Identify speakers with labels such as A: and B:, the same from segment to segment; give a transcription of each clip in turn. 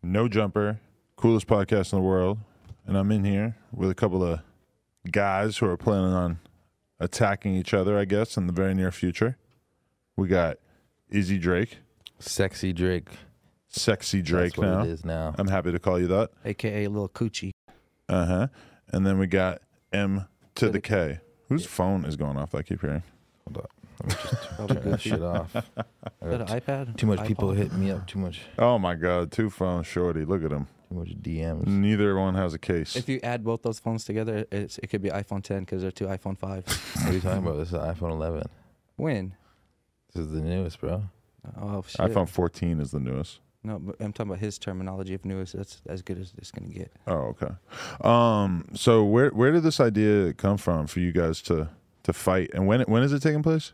A: No Jumper, coolest podcast in the world, and I'm in here with a couple of guys who are planning on attacking each other, I guess, in the very near future. We got Izzy Drake,
B: Sexy Drake.
A: sexy Drake
B: That's what
A: now.
B: it is now.
A: I'm happy to call you that.
C: aka Lil Coochie.
A: Uh huh. And then we got M to the K. Whose phone is going off? that I keep hearing.
B: Hold up. Let me just turn this shit off. I
C: Is that
B: got
C: an iPad?
B: too much people
C: iPod?
B: hitting me up. Too much.
A: Oh my God, two phones, shorty. Look at him.
B: Too much DMs.
A: Neither one has a case.
C: If you add both those phones together, it's, it could be iPhone 10 because they're two iPhone 5.
B: What are you talking about? This is the iPhone 11.
C: when?
B: This is the newest, bro.
C: Oh shit!
A: iPhone 14 is the newest.
C: No, but I'm talking about his terminology of newest. That's as good as it's gonna get.
A: Oh, okay. Um, so where where did this idea come from for you guys to to fight, and when when is it taking place?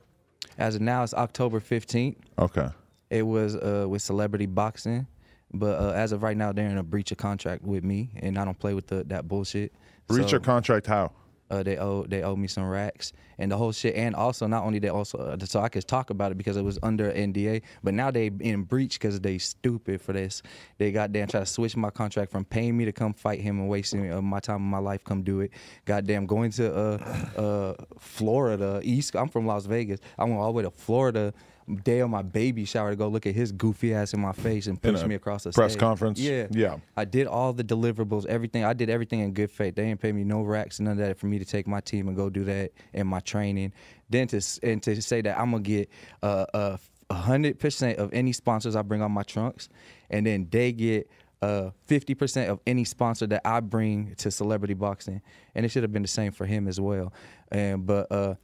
C: As of now, it's October 15th.
A: Okay,
C: It was uh, with Celebrity Boxing, but uh, as of right now, they're in a breach of contract with me, and I don't play with the, that bullshit.
A: breach
C: So,
A: your contract. How?
C: uh, they owe they owe me some racks and the whole shit. And also, not only they also uh, so I could talk about it because it was under NDA. But now they in breach because they stupid for this. They goddamn try to switch my contract from paying me to come fight him and wasting uh, my time of my life. Come do it. Goddamn, going to uh, uh, Florida East. I'm from Las Vegas. I went all the way to Florida. Day on my baby shower to go look at his goofy ass in my face and push
A: a
C: me across the
A: press
C: stage.
A: conference?
C: Yeah,
A: Yeah.
C: I did all the deliverables, everything. I did everything in good faith. They didn't pay me no racks, none of that for me to take my team and go do that and my training. Then to s- and to say that I'm gonna get uh, uh, a hundred percent of any sponsors I bring on my trunks, and then they get uh, fifty percent of any sponsor that I bring to celebrity boxing. And it should have been the same for him as well. And but uh,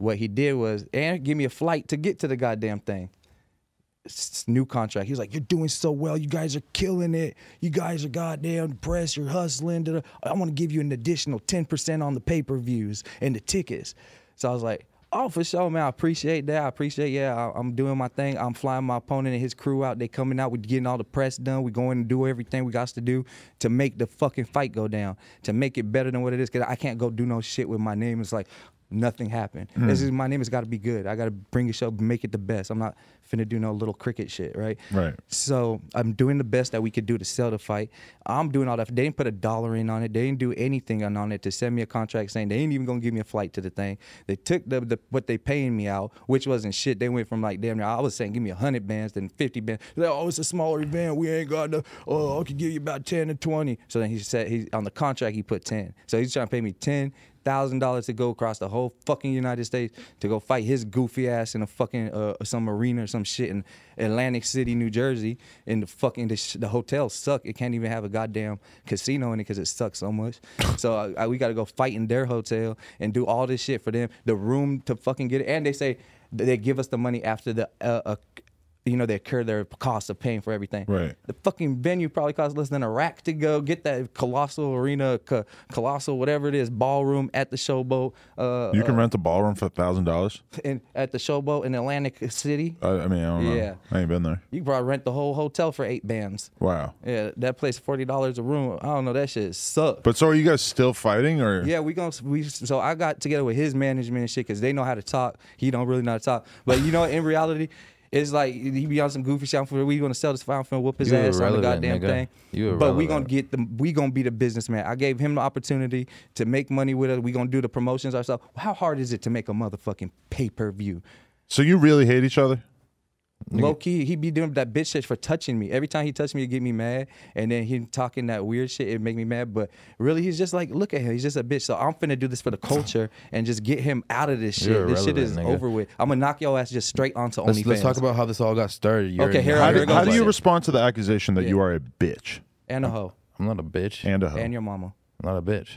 C: what he did was and give me a flight to get to the goddamn thing s- new contract. He was like, "You're doing so well. You guys are killing it. You guys are goddamn press. You're hustling. da-da. I want to give you an additional ten percent on the pay per views and the tickets." So I was like, "Oh, for sure, man. I appreciate that. I appreciate. Yeah, I, I'm doing my thing. I'm flying my opponent and his crew out. They coming out. We're getting all the press done. We're going to do everything we got to do to make the fucking fight go down. To make it better than what it is. Cause I can't go do no shit with my name. It's like." nothing happened. This is my name has got to be good. I got to bring a show, make it the best. I'm not finna do no little cricket shit, right?
A: Right.
C: So I'm doing the best that we could do to sell the fight. I'm doing all that. They didn't put a dollar in on it. They didn't do anything on- on it to send me a contract saying they ain't even gonna give me a flight to the thing. They took the, the what they paying me out, which wasn't shit. They went from like damn near I was saying give me hundred bands, then fifty bands. They're Like, oh, it's a smaller event. We ain't got no. Oh, I could give you about ten to twenty. So then he said he on the contract he put ten. So he's trying to pay me ten thousand dollars to go across the whole fucking United States to go fight his goofy ass in a fucking uh, some arena or some shit in Atlantic City, New Jersey, and the fucking the, sh- the hotels suck. It can't even have a goddamn casino in it because it sucks so much. so I, I, we got to go fight in their hotel and do all this shit for them. The room to fucking get it, and they say they give us the money after the. Uh, uh, you know they incur their cost of paying for everything.
A: Right.
C: The fucking venue probably costs less than a rack to go get that colossal arena, co- colossal whatever it is, ballroom at the showboat, uh,
A: You can rent the ballroom for a thousand dollars.
C: in, at the showboat in Atlantic City.
A: I I mean, I don't know.
C: Yeah.
A: I ain't been there.
C: You can probably rent the whole hotel for eight bands.
A: Wow.
C: Yeah, that place forty dollars a room. I don't know that shit sucks.
A: But so are you guys still fighting, or
C: Yeah, we gonna we so I got together with his management and shit because they know how to talk. He don't really know how to talk, but you know in reality, it's like he be on some goofy shit. I'm finna- We gonna sell this file, I'm finna whoop his
B: You
C: ass on the
B: irrelevant,
C: goddamn
B: nigga.
C: thing.
B: You
C: but we gonna
B: irrelevant.
C: get the we gonna be the businessman. I gave him the opportunity to make money with us. We gonna do the promotions ourselves. How hard is it to make a motherfucking pay per view?
A: so you really hate each other?
C: Low key, he be doing that bitch shit for touching me. Every time he touched me, it get me mad. And then him talking that weird shit, it make me mad. But really, he's just like, look at him. He's just a bitch. So I'm finna do this for the culture and just get him out of this shit.
B: You're
C: this shit is
B: irrelevant, nigga.
C: over with. I'm gonna knock your ass just straight onto
B: Let's,
C: OnlyFans.
B: let's talk about how this all got started. You're
C: Okay,
B: in-
C: here-
A: How
C: Alright,
A: do,
C: here it goes.
A: how do you
C: Listen.
A: respond to the accusation that you are a bitch
C: and a hoe
B: I'm not a bitch.
A: and a hoe?
C: and your mama.
B: I'm not a bitch.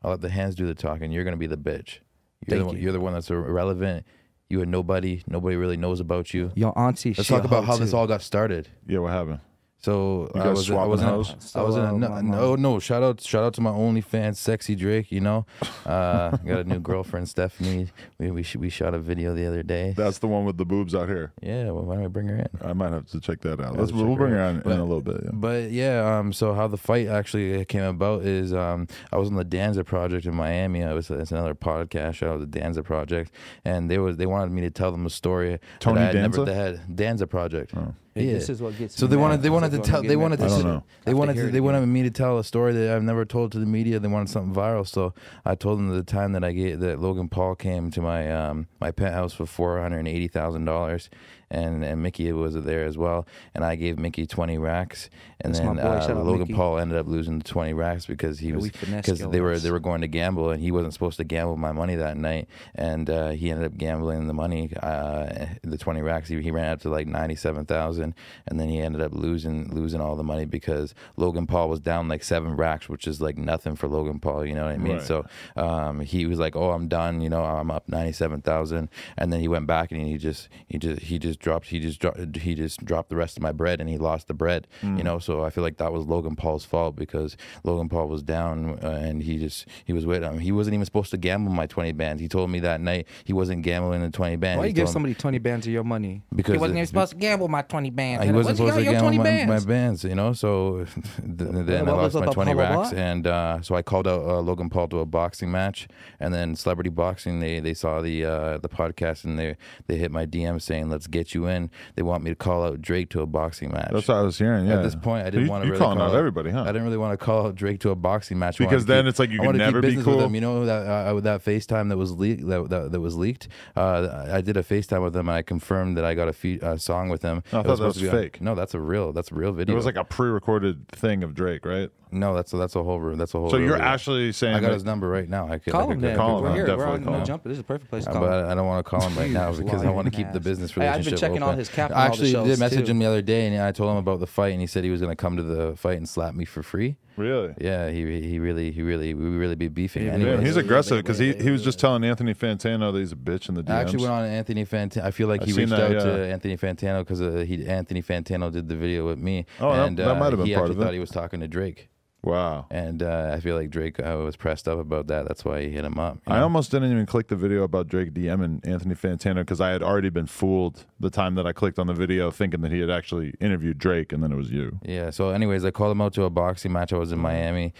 B: I'll let the hands do the talking. You're gonna be the bitch. You're,
C: Thank
B: the one,
C: you.
B: you. are the one that's irrelevant. You a nobody. Nobody really knows about you.
C: Your auntie.
B: Let's
C: she a
B: talk about
C: hoe
B: how
C: too.
B: this all got started.
A: yeah, what happened?
B: So
A: You
B: I
A: guys
B: was I
A: swapping
B: wasn't
A: hoes?
B: I wasn't
C: So,
B: no,
C: uh,
B: no no shout out shout out to my OnlyFans sexy Drake you know uh, got a new girlfriend Stephanie we we, sh- we shot a video the other day
A: That's the one with the boobs out here.
B: yeah well, why don't we bring her in
A: I might have to check that out. Let's,
B: let's check
A: we'll bring
B: her
A: her
B: out.
A: on in
B: But-
A: a little bit. Yeah.
B: But yeah, um, so how the fight actually came about is um, I was on the Danza Project in Miami. I was it's another podcast shout out to Danza Project, and they was they wanted me to tell them a story that
A: Tony
B: I had
A: Danza? Oh.
B: Never, they had Danza Project.
C: Hey, this is what gets
B: So
C: me
B: they
C: mad.
B: wanted they
C: This
B: wanted
C: is
B: to
C: what
B: tell
C: I'm
B: they
C: getting
B: wanted
C: mad.
B: to
A: I don't know.
B: they
C: Have to
B: wanted
C: hear
B: to,
C: it
B: they
C: again.
B: wanted me to tell a story that I've never told to the media. They wanted something viral, so I told them the time that I get that Logan Paul came to my um, my penthouse for four hundred and eighty thousand dollars, and and Mickey was there as well, and I gave Mickey twenty racks, and
C: That's my
B: then
C: boy.
B: uh,
C: Shout out
B: Logan
C: Mickey.
B: Paul ended up losing the twenty racks because he
C: Yeah,
B: was
C: we finessed
B: because
C: your
B: they were
C: ass.
B: they were going to gamble and he wasn't supposed to gamble my money that night, and uh, he ended up gambling the money uh, the twenty racks. He, he ran up to like ninety seven thousand, and then he ended up losing losing all the money because Logan Paul was down like seven racks, which is like nothing for Logan Paul. You know what I mean?
A: Right.
B: So um, he was like, "Oh, I'm done. You know, I'm up ninety seven thousand, and then he went back and he just he just he just dropped he just dropped he just dropped the rest of my bread and he lost the bread.
C: Mm.
B: You know, so I feel like that was Logan Paul's fault because Logan Paul was down uh, and he just he was with him. He wasn't even supposed to gamble my twenty bands. He told me that night he wasn't gambling the twenty bands.
C: Why
B: He
C: you give
B: told me-
C: somebody twenty bands of your money?
B: because
D: he wasn't
B: the-
D: even supposed to gamble my 20 bands.
B: he wasn't
D: Where'd
B: supposed to
D: you get all
B: gamble
D: your 20
B: my, my
D: bands?
B: bands, you know. So th- then I
C: blah,
B: lost
C: blah,
B: my
C: blah,
B: twenty
C: blah, blah,
B: racks,
C: blah.
B: and uh, so I called out uh, Logan Paul to a boxing match, and then Celebrity Boxing. They they saw the uh, the podcast, and they they hit my DM saying, "Let's get you in." They want me to call out Drake to a boxing match.
A: That's what I was hearing. Yeah.
B: At this point, I
A: So
B: didn't
A: you,
B: want to
A: You
B: really
A: calling
B: call
A: out everybody, huh?
B: I didn't really want to call Drake to a boxing match I
A: Because
B: wanted to
A: then it's like you
B: I
A: can
B: wanted to keep
A: never be
B: business with
A: cool.
B: him, you know that uh, uh, that FaceTime that was leaked that, that, that was leaked. Uh, I did a FaceTime with him and I confirmed that I got a fe- uh, song with him.
A: Oh, I thought
B: It
A: that
B: supposed
A: was
B: to be on-
A: fake.
B: no, that's a real. That's a real
A: It
B: video.
A: was like a pre-recorded thing of Drake, right?
B: no, that's a, that's a whole room. That's a whole.
A: So
B: real
A: you're
B: video.
A: actually saying
B: I got
A: that-
B: his number right now. I could I
C: Call
B: could-
C: him then.
B: I could-
A: call him.
C: We're here. We're
A: definitely
C: on
A: call
C: no
A: him.
C: jumper. This is a perfect place to
B: Uh,
C: call. him.
B: But I don't want to call him right now
C: Jesus,
B: because I
C: lying
B: want to keep the
C: ass.
B: business
C: Hey, I've been
B: relationship.
C: checking all
B: open.
C: his Capitol
B: I actually
C: shows,
B: did message
C: too.
B: him the other day and I told him about the fight and he said he was going to come to the fight and slap me for free.
A: Really?
B: Yeah, he he really he really we really be beefing.
C: Yeah,
A: Man,
B: Anyways,
A: he's aggressive because he, he was just telling Anthony Fantano that he's a bitch in the DMs.
B: I actually went on Anthony Fantano. I feel like
A: I've
B: he
A: seen
B: reached
A: that,
B: out to
A: yeah.
B: Anthony Fantano because uh, he Anthony Fantano did the video with me.
A: Oh, that-
B: and, uh,
A: that might have been
B: he
A: part
B: actually
A: of it.
B: thought he was talking to Drake,
A: wow.
B: and uh, I feel like Drake uh, was pressed up about that. That's why he hit him up. you
A: I
B: know?
A: almost didn't even click the video about Drake DM and Anthony Fantano because I had already been fooled the time that I clicked on the video thinking that he had actually interviewed Drake and then it was you.
B: Yeah. So, anyways, I called him out to a boxing match. I was
D: Mm-hmm.
B: in Miami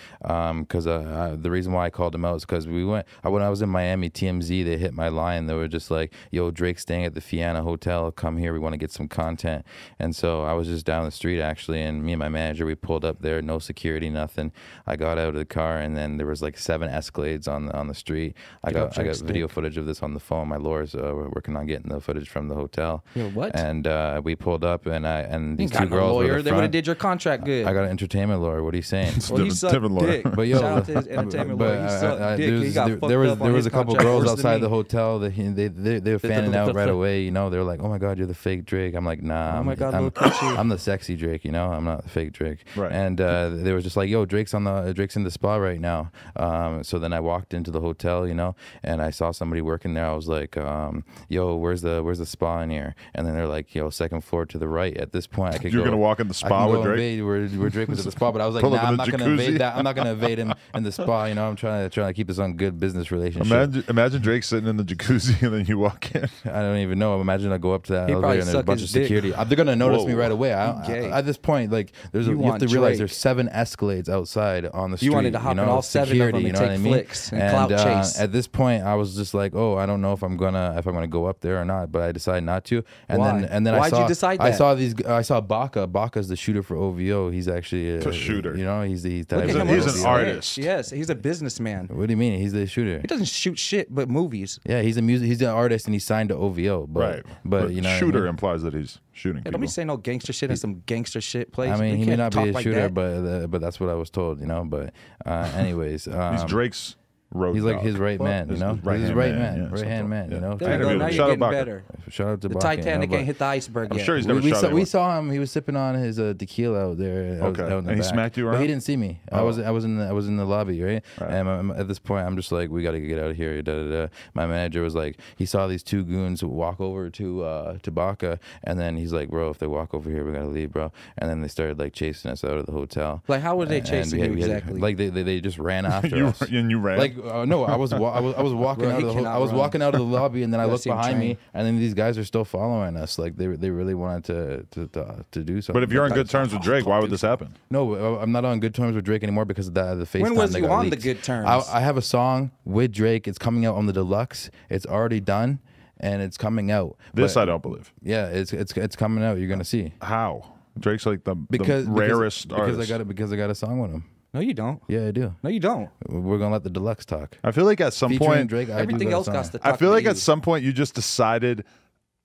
B: because uh, I- the reason why I called him out is because we went. I, when I was in Miami, TMZ they hit my line. They were just like, "Yo, Drake's staying at the Fiana Hotel. Come here. We want to get some content." And so I was just down the street actually, and me and my manager we pulled up there, no security, nothing. I got out of the car, and then there was like seven Escalades on the on the street. I got I got
C: Drake's
B: video footage of this on the phone. My lawyers uh, were working on getting the footage from the hotel.
C: Yo, what?
B: And uh, we pulled up, and I and
D: You
B: these
D: got
B: two
D: no
B: girls
D: lawyer.
B: were the
D: they would have
B: front.
D: did your contract good.
B: I got an entertainment lawyer. What are you saying?
C: Well, he
A: Different-
C: sucked
A: different lawyer.
C: dick.
B: But yo,
C: shout out to his entertainment lawyer. He
B: I-
C: sucked
B: I-
C: dick.
B: there
C: he
B: was
C: got
B: uh, there,
C: fucked
B: there was
C: up
B: there
C: on
B: was
C: his
B: a couple
C: contract
B: girls
C: worse than
B: outside the
C: me.
B: hotel that he, they, they they were fanning out right away. You know, they were like, "Oh my god, you're the fake Drake." I'm like, "Nah,
C: Oh my
B: I'm-
C: God,
B: I'm,
C: look at you.
B: I'm the sexy Drake. You know, I'm not the fake Drake."
A: Right.
B: And uh, they were just like, "Yo, Drake's on the Drake's in the spa right now." Um, so then I walked into the hotel, you know, and I saw somebody working there. I was like, um, "Yo, where's the where's the spa in here?" And then they're like, "Yo, second floor to the right." At this point, I could
A: You're
B: go-
A: gonna walk in the
B: I
A: spa
B: can
A: with
B: go
A: Drake?
B: invade where, where Drake was at the spa, but I was like,
A: Pull up in
B: "Nah, I'm
A: the
B: not gonna
A: jacuzzi."
B: invade that. I'm not gonna evade him in the spa. You know, I'm trying to trying to keep this on good business relationship.
A: Imagine, imagine Drake sitting in the jacuzzi and then you walk in.
B: I don't even know. Imagine I go up to that
C: He
B: elevator
C: probably
B: and there's a
C: sucked
B: bunch of
C: his dick.
B: security. Uh, They're gonna notice me
A: Whoa.
B: right away. I,
C: He gay.
B: I- at this point, like there's a,
C: You
B: you have
C: want
B: to realize
C: Drake.
B: there's seven Escalades outside on the street.
C: You wanted to hop in
B: know,
C: all seven of
B: security,
C: them
B: you
C: and
B: know what
C: take
B: I mean?
C: flicks and clout
B: uh,
C: chase.
B: At this point, I was just like, oh, I don't know if I'm gonna if I'm gonna go up there or not, but I decided not to. And
C: Why?
B: then and then I
C: Why'd you
B: saw
C: decide
B: I
C: that?
B: saw these. I saw Baca. Baca's the shooter for OVO. He's actually a,
A: The shooter.
B: You know, he's the he's,
C: Look
A: He's
C: at
A: an-
C: him,
A: he's
C: look
A: an
C: at him.
A: artist.
C: Yes, he's a businessman.
B: What do you mean? He's the shooter.
C: He doesn't shoot shit but movies.
B: Yeah, he's a music. He's an artist, and he's signed to OVO. But, But, you know, what I
A: shooter
B: mean?
A: implies that he's shooting
C: Hey,
A: people.
C: don't be saying no gangster shit in some gangster shit place.
B: I mean,
C: You
B: he may
C: can't
B: not be
C: talk
B: a
C: like
B: shooter,
C: that.
B: but uh, but that's what I was told, you know. But uh, anyways, um,
A: He's Drake's road.
B: He's like
A: dog.
B: his right man, you
A: His-
B: know.
A: his right-hand
B: He's his right
A: man,
B: man,
A: yeah,
B: right hand
A: something.
B: man,
A: Yeah.
B: you know.
A: I
C: There you
A: agree
C: go.
A: with
C: Now
A: him.
C: you're
A: Shout out
C: getting
A: Bakker.
C: better.
B: Shout out to
C: The
B: Bakken, you know,
C: Titanic
B: but-
C: ain't hit the iceberg
A: I'm
C: yet.
A: sure he's
B: We-
A: never
B: we,
A: shot
B: saw, we
A: anyone.
B: saw him. He was sipping on his uh, tequila out there. I was
A: Okay.
B: out in
A: And
B: the
A: he
B: back.
A: smacked you
B: But
A: around? Oh.
B: he didn't see me. I was I was in the, I was in the lobby, right? And I'm- I'm- at this point, I'm just like, we got to get out of here. Da, da, da. My manager was like, he saw these two goons walk over to uh, to Baca, and then he's like, bro, if they walk over here, we gotta leave, bro. And then they started like chasing us out of the hotel.
C: Like, how were they
B: And- and we
C: chasing
B: had-
C: you
B: we had-
C: exactly?
B: like they, they they just ran after
A: You
B: us.
A: were- and you ran?
B: Like uh, no, I was wa- I was I was walking
C: Bro,
B: out
C: he
B: of the ho-
C: cannot
B: I was
C: run.
B: walking out of the lobby, and then I
C: Gotta
B: looked
C: see him
B: behind
C: train.
B: me, and then these guys are still following us. Like they they really wanted to to to, to do something.
A: But if you're on
B: I-
A: good terms with Drake, why would this happen?
B: no, I- I'm not on good terms with Drake anymore because of the the FaceTime.
C: When was
B: that
C: you
B: got
C: on the
B: leaked.
C: good terms?
B: I, I have a song with Drake. It's coming out on the deluxe. It's already done, and it's coming out.
A: This
B: But-
A: I don't believe.
B: yeah, it's it's it's coming out. You're gonna see
A: How? Drake's like the,
B: because
A: the
B: because-
A: rarest
B: because,
A: artist.
B: I got it because I got a song with him.
C: no, you don't.
B: Yeah, I do.
C: No, you don't.
B: We're gonna let the deluxe talk.
A: I feel like at some
B: Featuring
A: point,
B: Drake, I do
C: Everything
B: got a
C: else
B: song.
C: got to talk
A: I feel
C: about
A: like
C: you.
A: at some point you just decided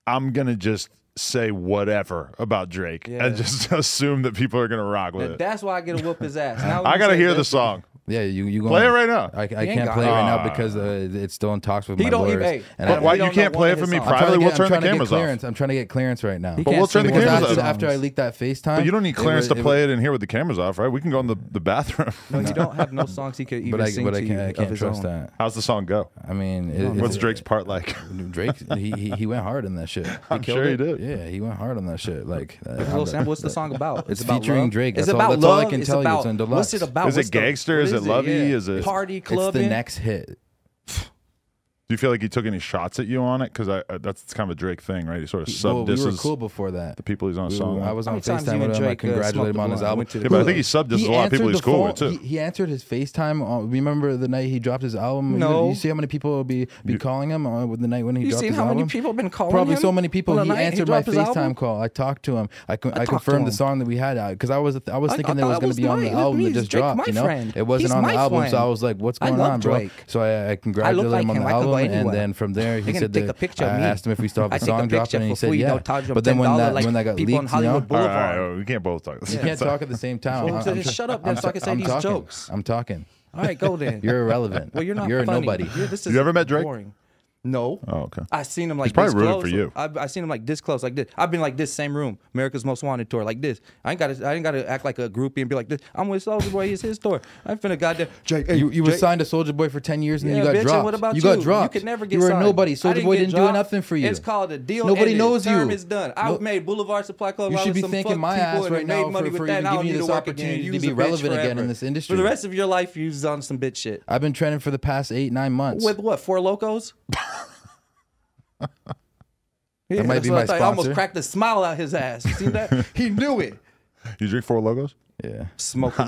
A: I'm gonna just say whatever about Drake
C: Yeah.
A: and just assume that people are gonna rock with
C: Th-
A: it.
C: That's why I get to whoop his ass. Now
A: I
C: you
A: gotta
C: say
A: hear
C: that-
A: the song.
B: Yeah, you you
A: Play it
B: gonna-
A: right now. Ah.
B: I, I
C: ain't
B: can't
C: got
B: play
C: it.
B: it right now because uh, it's still in talks with
C: He
B: my
C: don't
B: lawyers.
C: even. Hey,
B: and
A: But
B: I-
C: Adam,
A: why
C: we
A: you
C: don't
A: can't
C: know
A: play
C: one
A: it
C: of
A: for
C: his
A: me
C: songs.
B: I'm
A: privately?
B: trying to
A: We'll
B: get-
A: turn
B: I'm
A: the
B: trying to get
A: cameras off.
B: clearance. I'm trying to get clearance right now.
C: He
B: But
C: can't
B: we'll
C: see
B: turn the
C: me.
B: cameras off
A: Because
B: after I leak that FaceTime.
A: But you don't need clearance
B: was-
A: to
B: it
A: play
B: was-
A: it in here with the cameras off, right? We can go in the, the bathroom.
C: No, you don't have no songs he could even
B: But I
C: sing
B: but I
C: to
B: can't
C: you
B: I
C: of
B: can't
C: his
B: trust
C: own.
B: that.
A: How's the song go?
B: I mean, it, it's-
A: What's Drake's part like?
B: Drake? He, he he went hard on that shit. He
A: I'm
B: killed
A: sure he
B: it.
A: did.
B: Yeah, he went hard on that shit. Like, uh,
C: It's a
B: I'm
C: little
B: the-
C: sample. What's the song about?
B: It's
C: about
B: featuring
C: love?
B: Drake.
C: It's
B: That's all-
C: about
B: that's all I
C: love?
B: can
C: It's
B: tell you. It's
C: about-
B: on
C: What's
B: deluxe.
C: it about?
A: Is it
C: What's the-
A: gangster?
C: what
A: Is it lovey?
C: Yeah.
A: Is it-
C: party
B: It's the
C: clubbing?
B: next hit.
A: Do you feel like he took any shots at you on it? Because I, uh, that's kind of a Drake thing, right? He sort of sub
B: Well, we
A: disses
B: were cool before that.
A: the people he's on a
B: We
A: song.
B: were-
A: with.
B: I was
C: How
B: on
C: many times
B: FaceTime
C: you
B: with him.
C: and
B: I
C: Drake, uh,
B: congratulated him
C: smoked
B: on
C: the
B: his
C: blunt?
B: album.
C: Went to the
A: Yeah, but I think he sub disses a lot of people
B: answered
A: he's
B: the
A: cool with
B: phone-
A: too.
B: He, he answered his FaceTime. On, remember the night he dropped his album? You-
C: No.
B: You, see how many people will be be calling him uh, with the night when he
C: You
B: dropped
C: seen
B: his
C: how
B: album?
C: many people been calling
B: Probably
C: him
B: so many people.
C: on
B: He
C: the night he
B: answered my
C: dropped his
B: FaceTime
C: album?
B: call. I talked to him. I, con- I,
C: talked to
B: confirmed the
C: him.
B: song that we had out because I was I was
C: I- I
B: thinking that
C: thought
B: it was going
C: that was
B: to be on
C: the
B: the
C: night with
B: album
C: me.
B: that
C: It's
B: just
C: Drake,
B: dropped.
C: my
B: You know,
C: friend.
B: it wasn't
C: He's
B: on the
C: my
B: album, so I
C: friend.
B: was like, "What's
C: I
B: going
C: love
B: on, bro?"
C: Drake.
B: So I, I congratulated
C: like
B: him on
C: him.
B: the
C: I can go
B: album, and
C: anywhere.
B: then from there he
C: They can
B: said
C: take
B: that
C: a picture of
B: I
C: me.
B: asked him if we still have
C: I
B: the
C: take a
B: song dropped,
C: picture
B: and he
C: for
B: said
C: free,
B: yeah.
C: don't charge them
B: But then when
C: $10
B: that
C: like
B: when that got
C: people on
B: leaked, you know,
C: Hollywood Boulevard.
A: All right, all right, we can't both talk. at the
B: you
A: same
B: can't
A: time.
B: talk at the same time.
C: Well,
B: I'm-
C: so
B: I'm
C: just
B: tr-
C: shut up
B: I'm
C: then so I
B: tr-
C: can say
B: I'm
C: these
B: talking.
C: jokes.
B: I'm talking.
C: All right, go then.
B: You're irrelevant.
C: well, you're not.
B: You're a
C: funny.
B: nobody.
C: You're- this
A: You
C: is
A: ever met Drake?
C: boring. No.
A: Oh, okay.
C: I seen him like
A: probably
C: this
A: rooting
C: close.
A: for you.
C: I've, I seen him like this close, like this. I've been like this same room, America's Most Wanted tour, like this. I ain't got to. I ain't got to act like a groupie and be like this. I'm with Soulja Boy. It's his tour. I'm finna goddamn Jake. hey,
B: You, you were
C: Jake-
B: signed to Soldier Boy for ten years and
C: Yeah,
B: then you
C: bitch,
B: got
C: and
B: dropped.
C: What about you?
B: got dropped.
C: You could never get
B: You were
C: signed.
B: a nobody.
C: I
B: Soldier Boy
C: get
B: didn't do
C: dropped.
B: nothing for you.
C: It's called a deal.
B: Nobody
C: ended.
B: knows
C: Term
B: you.
C: is done. I
B: No-
C: made Boulevard Supply Club.
B: You
C: Rob
B: should
C: with
B: be
C: some
B: thanking
C: fuck
B: my
C: people
B: ass
C: and
B: right
C: made
B: now
C: money
B: for-
C: with
B: for
C: that, and I
B: even
C: don't
B: giving you
C: need
B: this
C: work
B: opportunity
C: again. You
B: to
C: was
B: be
C: a bitch
B: relevant again
C: forever.
B: in this
C: For the
B: industry.
C: rest of your life, you was on some bitch shit.
B: I've been trending for the past eight nine months.
C: With what? Four locos? Yeah,
B: That might
C: that's
B: be
C: what I
B: my
C: thought. I almost
B: sponsor.
C: cracked a smile out his ass. You seen that? he knew it.
A: You drink four logos?
B: yeah.
C: Smoking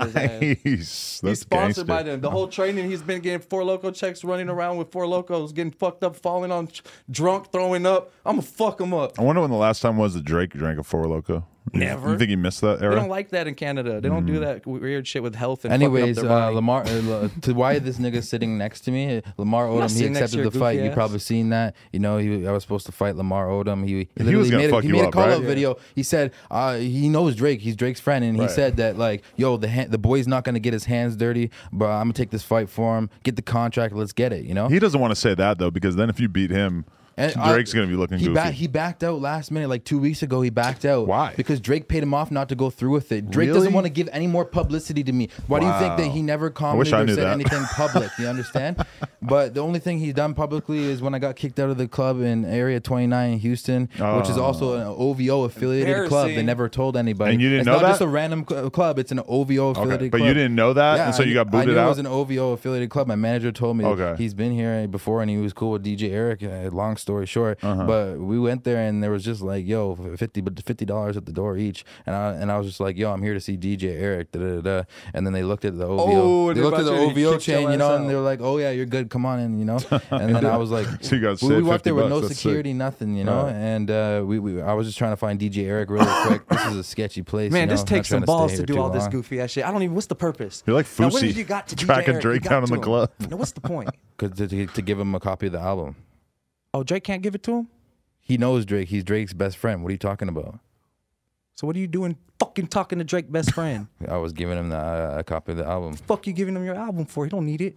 C: his ass.
A: He's, that's
C: He's sponsored
A: gangster.
C: by them. The whole training, he's been getting four loco checks, running around with four locos, getting fucked up, falling on, drunk, throwing up. I'm gonna fuck him up.
A: I wonder when the last time was that Drake drank a four loco.
C: Never.
A: You think he missed that
C: They
A: era?
C: don't like that in Canada. They
A: Mm.
C: don't do that weird shit with health and fucking up
B: Anyways,
C: their
B: uh,
C: body.
B: Lamar, uh, La- to why this nigga sitting next to me, Lamar
C: not
B: Odom, he
C: sitting next to
B: accepted
C: your
B: the fight.
C: goofy
B: You
C: ass.
B: probably seen that. You know, he, I was supposed to fight Lamar Odom. He, he,
A: was
B: literally
A: gonna
B: made
A: fuck
B: a, he
A: you
B: made
A: up,
B: a call
A: right?
B: out video. He said uh, he knows Drake. He's Drake's friend, and
A: Right.
B: he said that like, yo, the hand, the boy's not gonna get his hands dirty, but I'm gonna take this fight for him. Get the contract. Let's get it. You know.
A: He doesn't want to say that though, because then if you beat him,
B: I-
A: Drake's gonna be looking
B: he
A: goofy.
B: ba- he backed out last minute, like two weeks ago. He backed out.
A: Why?
B: Because Drake paid him off not to go through with it. Drake
A: Really?
B: doesn't want to give any more publicity to me. Why do you think
A: Wow.
B: that he never
A: I wish
B: commented
A: I
B: or
A: knew
B: said
A: that.
B: anything public? You understand? but the only thing he's done publicly is when I got kicked out of the club in Area 29 in Houston, which is also an OVO affiliated club. They
C: Embarrassing.
B: never told anybody.
A: Oh. And you didn't
B: it's
A: know
B: not
A: that?
B: just a random cl- club. It's an OVO affiliated
A: okay.
B: club.
A: but you didn't know that,
B: Yeah,
A: and so
B: I
A: you
B: knew-
A: got
B: I
A: booted
B: knew It
A: out.
B: was an OVO affiliated club. My manager told me
A: Okay.
B: he's been here before and he was cool with DJ Eric. uh, Long story short, but we went there and there was just like yo, fifty but fifty dollars at the door each, and I and I was just like yo, I'm here to see DJ Eric. Da, da, da, da. And then they looked at the OVO,
C: Oh,
B: they
C: they're
B: looked at
C: about
B: the
C: to
B: OVO
C: kick your
B: chain, you know,
C: ass
B: and
C: out.
B: they were like, oh yeah, you're good, come on in, you know. And then I was like,
A: So you got
B: we, we
A: saved
B: walked
A: 50
B: there with
A: bucks,
B: no
A: that's sick.
B: security, nothing, you know,
A: Right.
B: and uh, we, we I was just trying to find DJ Eric really quick. this is a sketchy place,
C: Man,
B: you know,
C: this
B: I'm not
C: takes
B: trying
C: some
B: stay
C: balls
B: here
C: to do
B: too
C: all this
B: long.
C: goofy ass shit. I don't even. What's the purpose?
A: You're like
C: Now, when
A: Fousey,
C: did you got to DJ
A: tracking
C: Eric?
A: Drake
C: You got
A: down in
C: to
A: the
C: him.
A: club.
C: Now, what's the point?
B: 'Cause to, to give him a copy of the album.
C: Oh, Drake can't give it to him.
B: He knows Drake. He's Drake's best friend. What are you talking about?
C: So what are you doing? Fucking talking to Drake best friend.
B: I was giving him the, uh, a copy of the album.
C: Fuck you giving him your album for? He don't need it.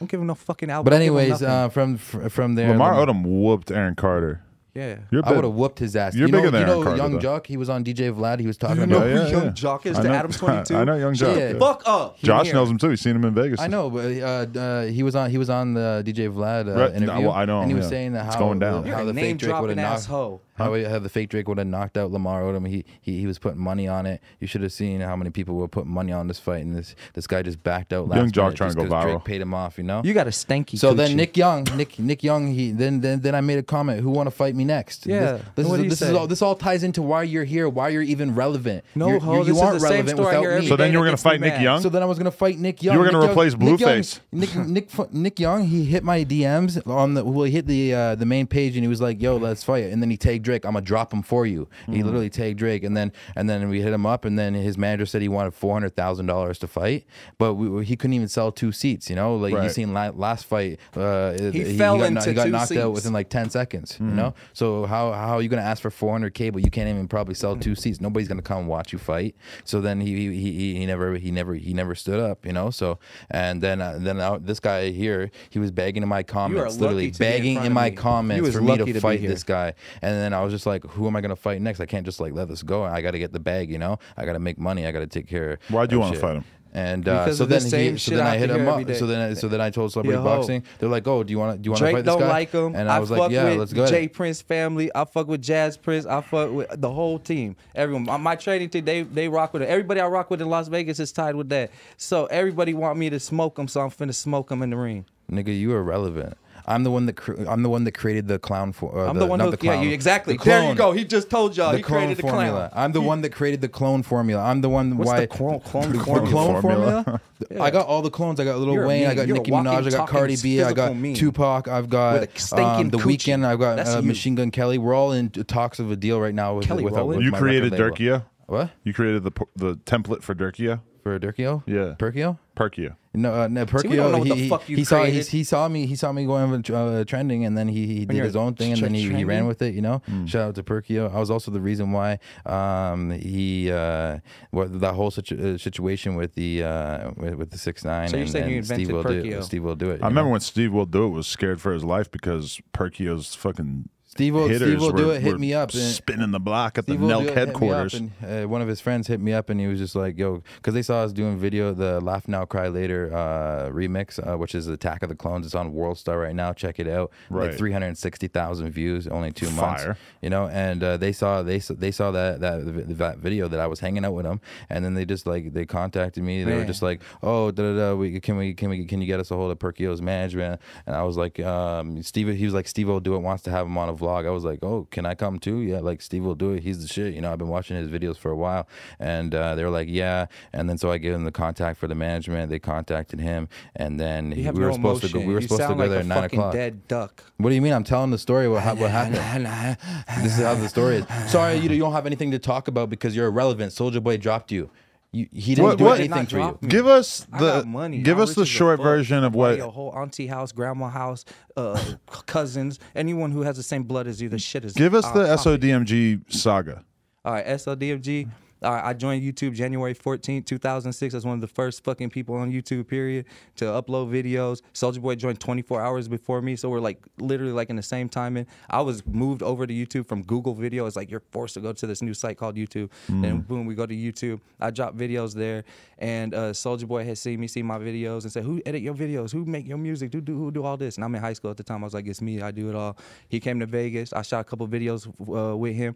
C: I'm giving no fucking album.
B: But
C: I don't give him
B: anyways,
C: nothing.
B: uh, from fr- from there,
A: Lamar Odom
B: Lam-
A: whooped Aaron Carter.
C: yeah.
A: You're
B: I
A: big-
B: would have whooped his ass.
A: You're
B: you know,
A: bigger than
B: you know,
A: Aaron Carter,
B: Young
A: though.
B: Juck. He was on DJ Vlad. He was talking
C: You know
B: about.
C: who
A: yeah,
C: Young
A: yeah.
C: Jock is?
A: I
C: The
A: know-
C: Adams 22?
A: I know Young Jock.
B: Yeah.
A: yeah.
C: Fuck up.
A: Josh
C: Here.
A: knows him too. He's seen him in Vegas.
B: I know, but uh, d- uh, he was on. He was on the DJ Vlad uh,
A: Right,
B: interview.
A: well, I know,
B: and he was
A: yeah.
B: saying that
A: It's
B: how
A: going down.
B: the-
A: You're
B: how
C: a
B: the fake Drake
C: name-dropping
B: would have knocked
C: asshole.
B: how, he- how the fake Drake would have knocked out Lamar Odom. He, he he was putting money on it. You should have seen how many people were putting money on this fight, and this this guy just backed out last.
A: Young Jock
B: minute
A: trying
B: just
A: to go
B: 'cause
A: viral.
B: Drake paid him off, you know.
C: You got a stanky.
B: so then
C: coochie.
B: Nick Young, Nick Nick Young, he then then then I made a comment. Who want to fight me next? And
C: Yeah,
B: this,
C: and
B: this,
C: what
B: is,
C: did he
B: this is
C: say?
B: all this all ties into why you're here, why you're even relevant.
C: No,
B: You're-
C: ho,
B: you,
C: this
B: you
C: is
B: aren't
C: the same
B: relevant
C: story I
B: without
C: hear
B: me.
C: every
A: So then you were gonna
C: Gets me
A: fight Nick
C: mad.
A: Young.
B: So then I was gonna fight Nick Young.
A: were gonna
B: Nick Young-
A: replace
B: Nick Young-
A: Blueface.
B: Nick, Nick Fu- Nick Young. He hit my DMs on the. Well, he hit the uh, the main page and he was like, "Yo, let's fight." And then he tagged Drake. I'm gonna drop him for you. And
A: Mm.
B: He literally tagged Drake, and then and then we hit him up, and then his manager said he wanted four hundred thousand dollars to fight, but we, he couldn't even sell two seats. You know, like you
A: Right.
B: seen la- last fight, uh, he,
C: fell
B: got,
C: into
B: he got
C: two
B: knocked out
C: seats. Mm-hmm.
B: within like ten seconds. You know, so how how are you gonna ask for four hundred k, but you can't even probably sell two seats? Nobody's gonna come watch you fight. So then he he- he he, he never he never he never stood up. You know, so and then uh, then out this guy here, he was begging in my comments,
C: lucky
B: literally
C: to be in
B: begging in,
C: front of
B: my
C: me. You
B: comments
C: was
B: for me
C: lucky to
B: to
C: be
B: fight
C: here.
B: this guy. And then I was just like, who am I gonna fight next? I can't just like let this go. I got to get the bag. You know, I got to make money. I got to take care.
A: Why do you
B: of
A: wanna
B: shit.
A: fight him?
B: And uh,
C: Because
B: so
C: of the
B: then
C: same
B: he, so
C: shit
B: then
C: I
B: I
C: have
B: hit
C: to hear
B: him
C: every
B: up.
C: day.
B: So then I, so then I told Celebrity
C: Yo.
B: Boxing, they're like, oh, do you want to do you want to
C: Drake
B: fight this
C: don't
B: guy?
C: like him.
B: And I was
C: fuck
B: like, yeah,
C: with
B: let's go.
C: Jay
B: ahead."
C: Prince family. I fuck with Jazz Prince. I fuck with the whole team. Everyone. My, my trading team. They they rock with it. Everybody I rock with in Las Vegas is tied with that. So everybody want me to smoke them. So I'm finna smoke them in the ring.
B: Nigga, you are relevant. I'm the one that cr- I'm the one that created the clown for. Uh,
C: I'm the, one
B: not
C: who.
B: the
C: yeah,
B: clown,
C: you exactly.
B: the
C: There you
B: clone.
C: go. He just told y'all.
B: the
C: he
B: clone
C: created the
B: formula.
C: clown.
B: I'm the one that created the clone formula. I'm the one
C: What's
B: why
C: the clone- clone
B: the
C: formula?
B: clone
A: Formula?
B: formula? I got all the clones. I got Lil
C: You're a
B: Wayne. I
C: meme.
B: got
C: You're a
B: Nicki
C: walking,
B: Minaj. I got
C: talking,
B: Cardi B. I got
C: physical meme.
B: Tupac. I've
C: With a
B: got
C: stinking
B: um, the
C: coochie.
B: Weekend. I've got
C: That's
B: uh,
C: you.
B: Machine Gun Kelly. We're all in talks of a deal right now with
C: Kelly
B: with, a-
C: Rowland?
B: with
A: You
B: my
A: created
B: record label.
A: Durkia.
B: What
A: You created the por- the template for Durkia.
B: for Durkio?
A: Yeah.
B: Perkio.
A: Perkia.
B: No, uh, no, Perkio.
C: we don't know what
B: he,
C: the
B: he-
C: fuck you
B: he saw he,
C: created.
B: he saw me he saw me going uh, trending, and then he, he did
C: you're
B: his own thing, and
C: tre-
B: then he, he ran
C: trending? Hmm.
B: with it. You know, shout out to Perkio. I was also the reason why um, he uh, what that whole situ- uh, situation with the uh, with, with the six nine.
C: So you're
B: and,
C: saying you
B: and Steve
C: invented
B: will do it.
C: Perkio.
B: Steve will do it.
A: I remember when Steve Will Do It was scared for his life because Perkio's fucking
B: Steve Will-
A: hitters
B: Steve Will
A: were,
B: Do It hit
A: were
B: me up and-
A: spinning the block at
B: Steve
A: the
B: Will
A: Nelk
B: do it, hit me up,
A: headquarters.
B: and, uh, one of his friends hit me up, and he was just like, "Yo," because they saw us doing video, the "Laugh Now, Cry Later" uh, remix, uh, which is "Attack of the Clones." It's on World Star right now. Check it out.
A: Right.
B: Like three hundred sixty thousand views, only two
A: Fire.
B: months. You know, and uh, they saw they saw, they saw that that that video that I was hanging out with them, and then they just like they contacted me. They were
C: Man.
B: just like, "Oh, da da da, we can we can we can you get us a hold of Perkio's management?" And I was like, um, "Steve," he was like, "Steve will do it. Wants to have him on a vlog." I was like, "Oh, can I come too?" Yeah, like Steve will do it. He's the shit. You know, I've been watching his videos for a while, and uh, they were like, "Yeah." And then so I gave them the contact for the management. They contacted him, and then
C: You
B: he,
C: have
B: we were
C: no
B: supposed to go.
C: emotion.
B: We were
C: You
B: supposed to
C: sound
B: go
C: like
B: there
C: a
B: at nine
C: fucking
B: o'clock.
C: Dead duck.
B: What do you mean? I'm telling the story. What, hap- what happened? This is how the story is. Sorry, you, you don't have anything to talk about because you're irrelevant. Soldier Boy dropped you. you he didn't
A: What-
B: do
A: what-
B: anything for you.
C: Not drop me.
A: Give us
C: I
A: the
C: got money.
A: give
C: I'm
A: us
C: rich
A: the
C: as a
A: short
C: fuck.
A: version of
C: Buy
A: what
C: your whole auntie house, grandma house, uh, c- cousins, anyone who has the same blood as you. The shit is. uh,
A: Give us
C: on
A: the
C: top.
A: SODMG saga.
C: All right, SLDFG. All right, I joined YouTube January 14, 2006. I was one of the first fucking people on YouTube, period, to upload videos. Soldier Boy joined 24 hours before me, so we're like literally like in the same timing. I was moved over to YouTube from Google Video. It's like you're forced to go to this new site called YouTube. And boom, we go to YouTube. I drop videos there, and uh, Soldier Boy had seen me see my videos and said, "Who edit your videos? Who make your music? Who do who do all this?" And I'm in high school at the time. I was like, "It's me. I do it all." He came to Vegas. I shot a couple videos uh, with him.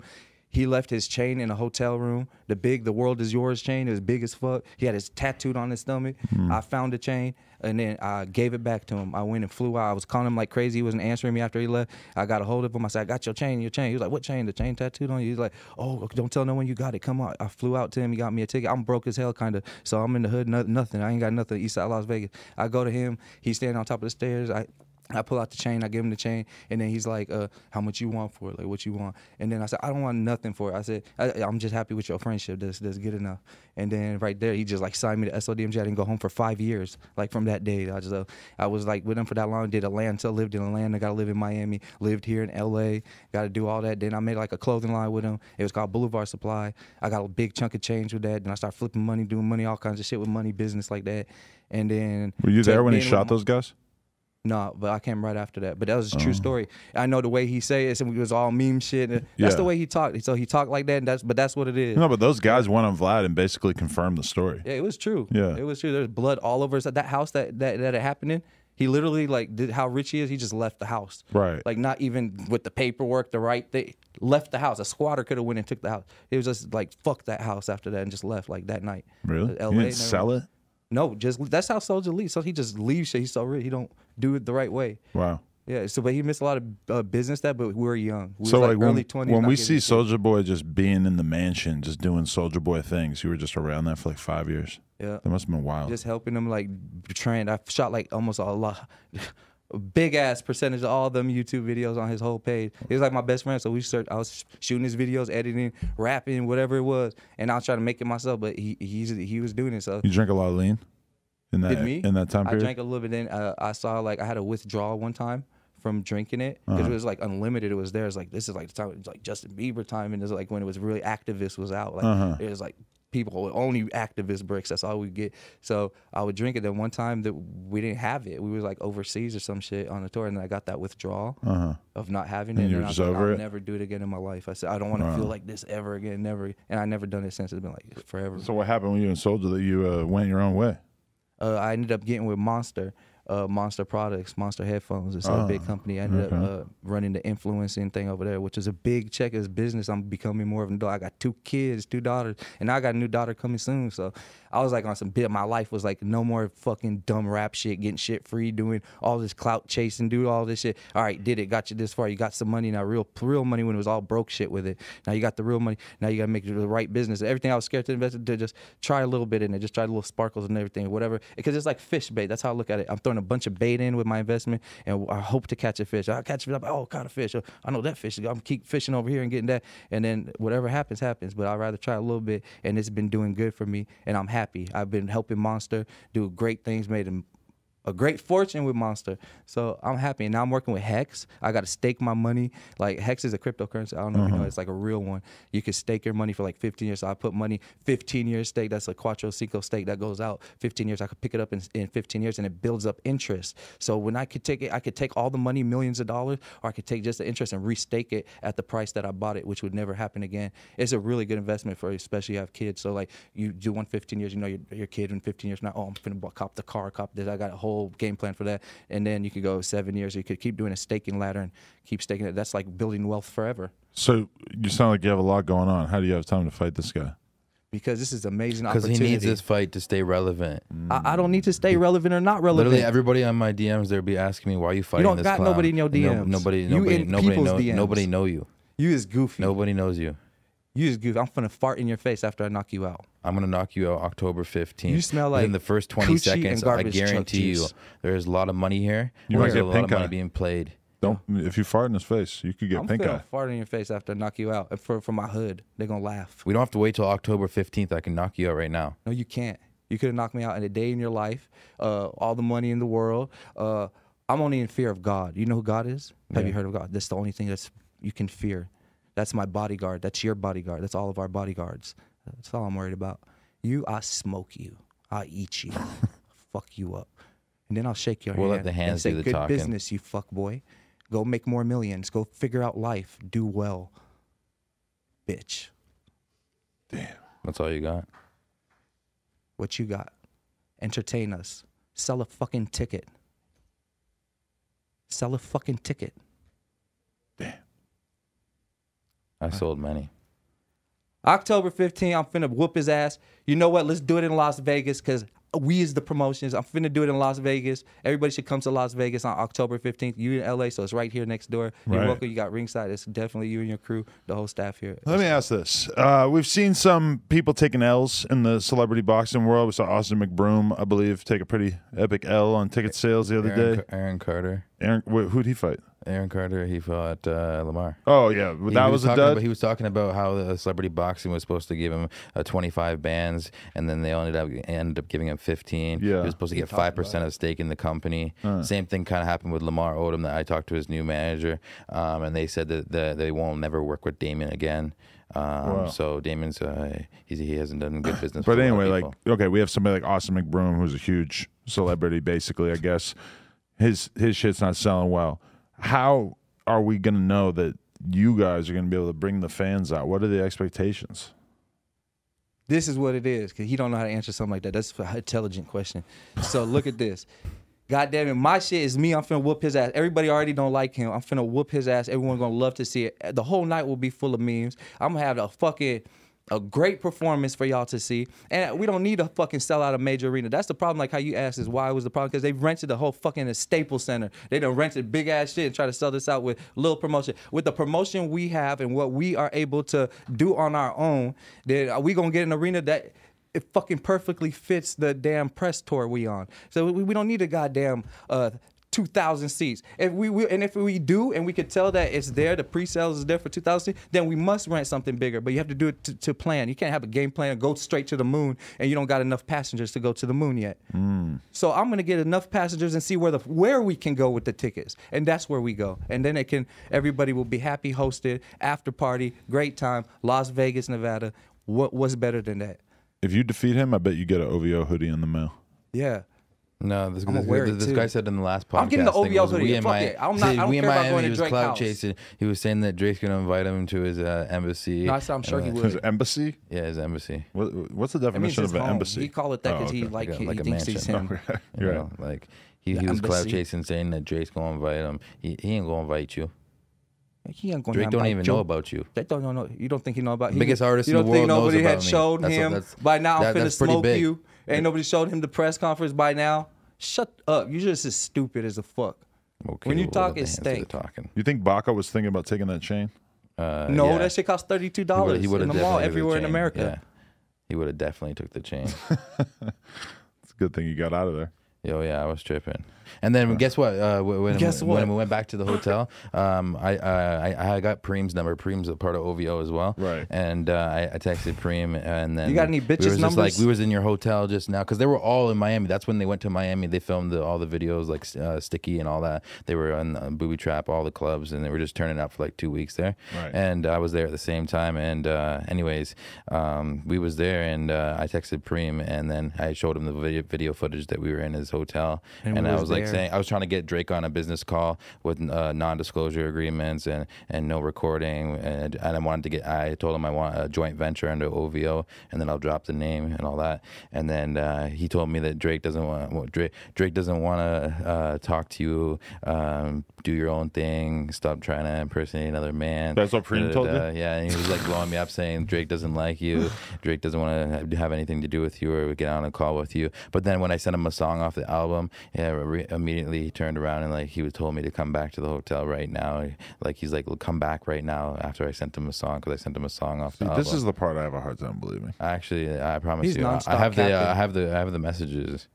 C: He left his chain in a hotel room. The big, the world is yours chain. It was big as fuck. He had his tattooed on his stomach. I found the chain and then I gave it back to him. I went and flew out. I was calling him like crazy. He wasn't answering me after he left. I got a hold of him. I said, I got your chain, your chain. He was like, What chain? The chain tattooed on you. He's like, Oh, don't tell no one you got it. Come on. I flew out to him. He got me a ticket. I'm broke as hell, kind of. So I'm in the hood, no, nothing. I ain't got nothing. East side Las Vegas. I go to him. He's standing on top of the stairs. I I pull out the chain, I give him the chain, and then he's like, uh, "How much you want for it? Like, what you want?" And then I said, "I don't want nothing for it." I said, I, "I'm just happy with your friendship. That's that's good enough." And then right there, he just like signed me to SODMJ. I didn't go home for five years. Like from that day, I just uh, I was like with him for that long. Did Atlanta, lived in Atlanta, got to live in Miami, lived here in LA, got to do all that. Then I made like a clothing line with him. It was called Boulevard Supply. I got a big chunk of change with that. Then I started flipping money, doing money, all kinds of shit with money business like that. And then
A: Were you there
C: took-
A: when he
C: being with
A: shot
C: my-
A: those guys?
C: no, but I came right after that. But that was a
A: Uh-huh.
C: true story. I know the way he say it, and it was all meme shit. And That's
A: Yeah.
C: the way he talked. So he talked like that, and that's but that's what it is.
A: No, but those guys went on Vlad and basically confirmed the story.
C: Yeah, it was true.
A: Yeah.
C: it was true. There's blood all over his, that house that that that it happened in. He literally like did how rich he is. He just left the house.
A: Right.
C: Like not even with the paperwork, the right thing. Left the house. A squatter could have went and took the house. It was just like fuck that house after that and just left like that night.
A: Really?
C: LA
A: you
C: and
A: didn't sell it?
C: No, just that's how Soldier leaves. So he just leaves shit. He's so rich. He don't do it the right way.
A: Wow.
C: Yeah, so but he missed a lot of uh, business that, but we were young. We
A: so
C: was
A: like,
C: like,
A: when,
C: early twenties.
A: when we see Soldier Boy just being in the mansion, just doing Soldier Boy things, you were just around that for like five years.
C: Yeah.
A: that must have been wild.
C: just helping them like train, I shot like almost a lot, a big ass percentage of all them YouTube videos on his whole page. He was like my best friend, so we searched. I was shooting his videos, editing, rapping, whatever it was, and I was trying to make it myself. But he he's, he was doing it. So
A: you drink a lot of lean in that
C: Did me?
A: in that time
C: I
A: period.
C: drank a little bit. Then uh, I saw like I had a withdrawal one time from drinking it because
A: Uh-huh.
C: it was like unlimited. It was there. It's like this is like the time. It was like Justin Bieber time, and it's like when it was really activist was out. Like
A: Uh-huh.
C: it was like people with only activist bricks. That's all we get. So I would drink it. Then one time that we didn't have it. We was like overseas or some shit on a tour, and then I got that withdrawal of not having it.
A: Uh-huh. And you were
C: I was
A: just
C: like,
A: over
C: I'll
A: it?
C: never do it again in my life. I said I don't want to feel like this ever again, never. And I never done it since. It's been like forever.
A: so what happened when you and Soldier that you uh, went your own way?
C: uh, I ended up getting with Monster, uh, Monster Products, Monster Headphones. It's a big company. I ended up uh, running the influencing thing over there, which is a big check as business. I'm becoming more of an adult. I got two kids, two daughters, and I got a new daughter coming soon. So I was like on some bit. My life was like no more fucking dumb rap shit, getting shit free, doing all this clout chasing, do all this shit. All right, did it, got you this far. You got some money now, real real money when it was all broke shit with it. Now you got the real money. Now you got to make the right business. Everything I was scared to invest in, to just try a little bit in it, just try little sparkles and everything, whatever. Because it's like fish bait. That's how I look at it. I'm throwing a bunch of bait in with my investment, and I hope to catch a fish. I catch a fish. I'm like, oh, caught a fish. Oh, I know that fish. I'm keep fishing over here and getting that, and then whatever happens, happens. But I'd rather try a little bit, and it's been doing good for me, and I'm happy. I've been helping Monster do great things, made him a great fortune with Monster. So I'm happy. And now I'm working with Hex. I got to stake my money. Like Hex is a cryptocurrency. I don't know if you know. It's like a real one. You can stake your money for like 15 years. So I put money, 15 years stake. That's a Quattro Cinco stake that goes out 15 years. I could pick it up in, in 15 years and it builds up interest. So when I could take it, I could take all the money, millions of dollars, or I could take just the interest and restake it at the price that I bought it, which would never happen again. It's a really good investment for especially you have kids. So like you do one 15 years, you know your, your kid in 15 years now, oh, I'm gonna bu- cop the car, cop this. I got a whole game plan for that. And then you could go seven years, or you could keep doing a staking ladder and keep staking it. That's like building wealth forever.
A: So you sound like you have a lot going on. How do you have time to fight this guy?
C: Because this is amazing
B: Because he
C: opportunity.
B: needs this fight to stay relevant.
C: I, I don't need to stay relevant or not relevant.
B: Literally, everybody on my DMs there be asking me why you fighting.
C: don't
B: this
C: got
B: clown?"
C: nobody in your
B: And no-
C: DMs.
B: nobody,
C: You
B: nobody,
C: in
B: nobody,
C: people's
B: know,
C: DMs.
B: nobody know you.
C: you is goofy.
B: Nobody knows you.
C: You is goofy. I'm gonna fart in your face after I knock you out.
B: I'm gonna knock you out October 15th.
C: You smell
B: in
C: like
B: the first 20
C: coochie and
B: seconds. I
C: garbage truck
B: guarantee you,
C: juice.
B: there's a lot of money here.
A: You might
B: there's
A: get
B: a lot
A: pink
B: of money
A: eye.
B: being played.
A: Don't if you fart in his face, you could get
C: I'm
A: pink
C: gonna
A: eye.
C: fart in your face after I knock you out. And For for my hood, they're gonna laugh.
B: We don't have to wait till October 15th. I can knock you out right now.
C: No, you can't. You could have knocked me out in a day in your life, uh, all the money in the world. Uh, I'm only in fear of God. You know who God is? Have you heard of God? That's the only thing that's you can fear. That's my bodyguard. That's your bodyguard. That's all of our bodyguards. That's all I'm worried about. You, I smoke you. I eat you. fuck you up. And then I'll shake your
B: We'll let
C: hand.
B: the hands
C: and say,
B: do the
C: Good
B: talking."
C: business, you fuck boy. Go make more millions. Go figure out life. Do well, bitch.
B: That's all you got.
C: what you got. Entertain us. Sell a fucking ticket. Sell a fucking ticket.
B: I sold many.
C: October 15th, I'm finna whoop his ass. You know what? Let's do it in Las Vegas because we is the promotions. I'm finna do it in Las Vegas. Everybody should come to Las Vegas on October 15th. You in LA, so it's right here next door.
A: Right.
C: You're welcome. You got ringside. It's definitely you and your crew, the whole staff here.
A: Let me ask this. Uh, we've seen some people taking L's in the celebrity boxing world. We saw Austin McBroom, I believe, take a pretty epic L on ticket sales the other
B: Aaron,
A: day.
B: Ca- Aaron Carter.
A: Aaron, wh- who'd he fight?
B: Aaron Carter. He fought uh, Lamar.
A: Oh, yeah. well,
B: He
A: That was
B: was
A: a
B: talking
A: dud.
B: About, he was talking about how the celebrity boxing was supposed to give him uh, 25 bans, and then they ended up ended up giving him 15.
A: Yeah.
B: he was supposed to get five percent of stake in the company. Same thing kind of happened with Lamar Odom. That I talked to his new manager, um, and they said that the, they won't never work with Damon again. Um, So Damon's uh, he's, he hasn't done good business.
A: But
B: with a lot of
A: anyway, like
B: people.
A: okay, we have somebody like Austin McBroom who's a huge celebrity, basically. I guess his his shit's not selling well. How are we gonna know that you guys are gonna be able to bring the fans out? What are the expectations?
C: this is what it is because he don't know how to answer something like that. That's an intelligent question. So look at this. God damn it, my shit is me. I'm finna whoop his ass. Everybody already don't like him. I'm finna whoop his ass. Everyone gonna love to see it. The whole night will be full of memes. I'm gonna have a fucking a great performance for y'all to see. And we don't need to fucking sell out a major arena. That's the problem. Like how you asked is why was the problem? Because they rented the whole fucking Staples Center. They done rented big ass shit and try to sell this out with little promotion. With the promotion we have and what we are able to do on our own, then are we gonna get an arena that it fucking perfectly fits the damn press tour we on. So we, we don't need a goddamn uh, 2,000 seats. If we, we and if we do, and we could tell that it's there, the pre-sales is there for 2,000, seats, then we must rent something bigger. But you have to do it to, to plan. You can't have a game plan and go straight to the moon, and you don't got enough passengers to go to the moon yet. So I'm gonna get enough passengers and see where the where we can go with the tickets, and that's where we go. And then it can everybody will be happy, hosted, after party, great time, Las Vegas, Nevada. What what's better than that?
A: If you defeat him, I bet you get an OVO hoodie in the mail.
C: Yeah.
B: No, this,
C: I'ma
B: this,
C: wear
B: this,
C: it,
B: this
C: too.
B: guy said in the last podcast.
C: I'm getting the
B: thing
C: OVO
B: was
C: hoodie.
B: we in
C: Fuck
B: Mi-
C: it. I'm not- I don't
B: we in
C: care about
B: Miami,
C: going to
B: he was
C: Drake's
B: cloud
C: house.
B: chasing. He was saying that Drake's gonna invite him to his uh, embassy.
C: No, I said I'm sure he
B: And, uh,
A: His
C: would.
A: embassy?
B: Yeah, his embassy.
A: What, what's the
C: That means
A: definition
C: his
A: of an
C: home.
A: embassy?
C: He call it that
A: Oh,
C: because he
A: okay.
C: like
B: Yeah,
C: he,
B: like
C: he
B: a
C: thinks he's
B: mansion.
C: him.
A: Okay.
B: You
A: You're right.
B: know, like he,
C: The
B: he was cloud
C: embassy.
B: chasing, saying that Drake's gonna invite him. He, he ain't gonna invite you.
C: Oh, He ain't going.
B: Drake don't even know about you.
C: They don't know. You don't think he know about he-
B: Biggest artist
C: You
B: in
C: don't
B: the
C: think
B: world knows
C: nobody had
B: about me.
C: showed
B: That's a-
C: him
B: that's-
C: by now.
B: that-
C: I'm finna
B: that's pretty
C: smoke
B: big.
C: you. Ain't nobody showed him the press conference by now. Shut up. You just as stupid as a fuck.
B: Okay,
C: When you
B: well,
C: talk,
B: the
C: it's
B: hands are
C: stank.
B: Talking.
A: You think Baca was thinking about taking that chain?
B: Uh,
C: No,
B: yeah.
C: that shit costs thirty two
B: He would've-
C: dollars
B: he
C: in
B: would've
C: the mall
B: definitely took the
C: everywhere in
B: chain.
C: America.
B: Yeah. He would have definitely took the chain.
A: It's a good thing you got out of there.
B: Oh yeah, I was tripping. And then guess what? Uh, wh- when
C: Guess
B: when
C: what?
B: we went back to the hotel, um, I, uh, I I got Preem's number. Preem's a part of OVO as well.
A: Right.
B: And uh, I, I texted Preem, and then
C: You got any
B: we were
C: bitches
B: just Like
C: numbers?
B: we was in your hotel just now because they were all in Miami. That's when they went to Miami. They filmed the, all the videos like uh, Sticky and all that. They were on uh, Booby Trap, all the clubs, and they were just turning up for like two weeks there.
A: Right.
B: And I was there at the same time. And uh, anyways, um, we was there, and uh, I texted Preem, and then I showed him the video, video footage that we were in his hotel, and,
C: we
B: I
C: was
B: was like
C: there.
B: saying I was trying to get Drake on a business call with uh, non-disclosure agreements and and no recording, and, and I wanted to get I told him I want a joint venture under OVO, and then I'll drop the name and all that, and then uh, he told me that Drake doesn't want well, Drake Drake doesn't want to uh, talk to you, um, do your own thing, stop trying to impersonate another man.
A: That's what Preem told you?
B: Da-da-da. uh, Yeah, and he was like blowing me up saying Drake doesn't like you. Drake doesn't want to have anything to do with you or get on a call with you. But then when I sent him a song off the album, yeah, re- immediately he turned around and like he was told me to come back to the hotel right now. Like he's like, come back right now after I sent him a song because I sent him a song off the
A: See,
B: album.
A: this is the part I have a hard time believing.
B: Actually, I promise
C: He's
B: you, I- I
C: nonstop
B: have the uh,
C: capping.
B: I have the I have the messages.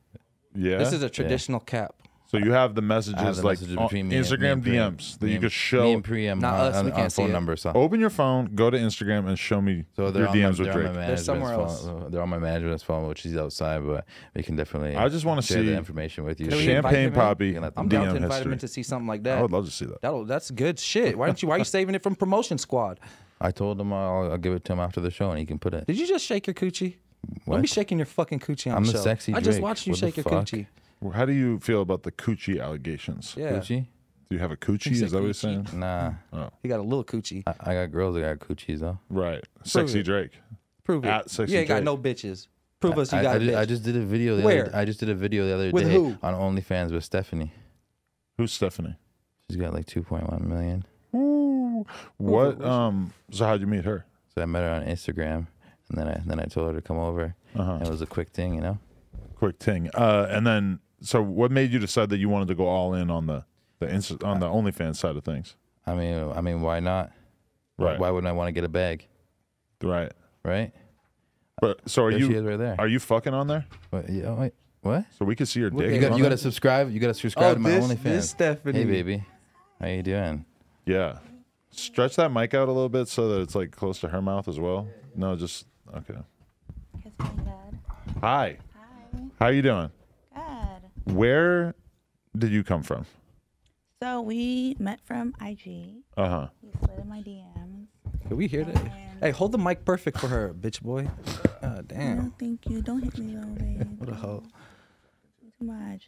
A: Yeah.
C: This is a traditional cap.
A: so you have the messages
B: I have the
A: like
B: messages
A: on
B: between me and- me
A: Instagram
B: and Preem.
A: DMs that
B: Me
A: you
B: and-
A: could show
B: me and Preem
C: Not
B: on,
C: us,
B: on-
C: we
B: on
C: can't see
B: phone
C: it.
B: number. So
A: Open your phone, go to Instagram, and show me
B: So they're
A: your
B: on my-
A: DMs with
B: they're on my
A: Drake.
B: management's
C: somewhere else.
B: phone- They're on my management's phone, which is outside, but we can definitely.
A: I just wanna
B: share
A: see
B: the information with you.
C: Can we invite him
A: Champagne
C: in?
A: Poppy
B: You can let them
C: I'm
A: DM
C: down to invite
A: history.
C: him in to see something like
A: I
C: that.
A: would love to see that.
C: That'll, that's good shit. Why don't you? Why are you saving it from promotion squad?
B: I told him I'll, I'll give it to him after the show, and he can put it.
C: Did you just shake your coochie?
B: What?
C: Don't be shaking your fucking coochie on
B: I'm
C: the
B: the
C: show.
B: sexy
C: I just
B: Drake.
C: watched you
B: What the
C: shake your
B: fuck?
C: coochie.
A: Well, How do you feel about the coochie allegations?
C: Yeah,
B: Coochie?
A: Do you have a coochie? Is that what you're saying?
B: Nah,
C: he got a little coochie.
B: I, I got girls that got coochies though.
A: Right. Sexy
C: it.
A: Drake.
C: Prove it.
A: At sexy
C: you ain't got
A: Drake.
C: no bitches. Prove us you
B: Ah, I,
C: got
B: I
C: a
B: ju- I just,
C: bitch.
B: did a video. The
C: Where?
B: Other, I just did a video the other
C: With
B: day
C: who?
B: on OnlyFans with Stephanie.
A: Who's Stephanie?
B: She's got like 2.1 million.
A: Ooh. What? Um. So how'd you meet her? Uh-huh.
B: So I met her on Instagram, and then I then I told her to come over. And it was a quick thing, you know.
A: quick ting. Uh, and then, so what made you decide that you wanted to go all in on the the Insta- on the OnlyFans side of things?
B: I mean, I mean, why not? Why-
A: Right.
B: Why wouldn't I want to get a bag?
A: Right.
B: Right?
A: But so are
B: There
A: you?
B: she is right there.
A: Are you fucking on there?
B: What? Yeah, oh, wait, what?
A: So we can see your dick.
B: You got,
A: on
B: you got
A: there?
B: to subscribe. You got to subscribe
C: Oh,
B: to my
C: this-
B: OnlyFans.
C: this Stephanie.
B: Hey, baby, how you doing?
A: Yeah. Stretch that mic out a little bit so that it's like close to her mouth as well. No, just okay.
E: It's pretty good.
A: Hi.
E: Hi.
A: How you doing?
E: Good.
A: Where did you come from?
E: So we met from IG. You
A: Uh huh.
E: slid in my DMs.
C: Can we hear that? Hey, hold the mic perfect for her, bitch boy. Oh,
E: No,
C: damn.
E: thank you. Don't hit me though, babe.
C: What a hoe.
E: Too much.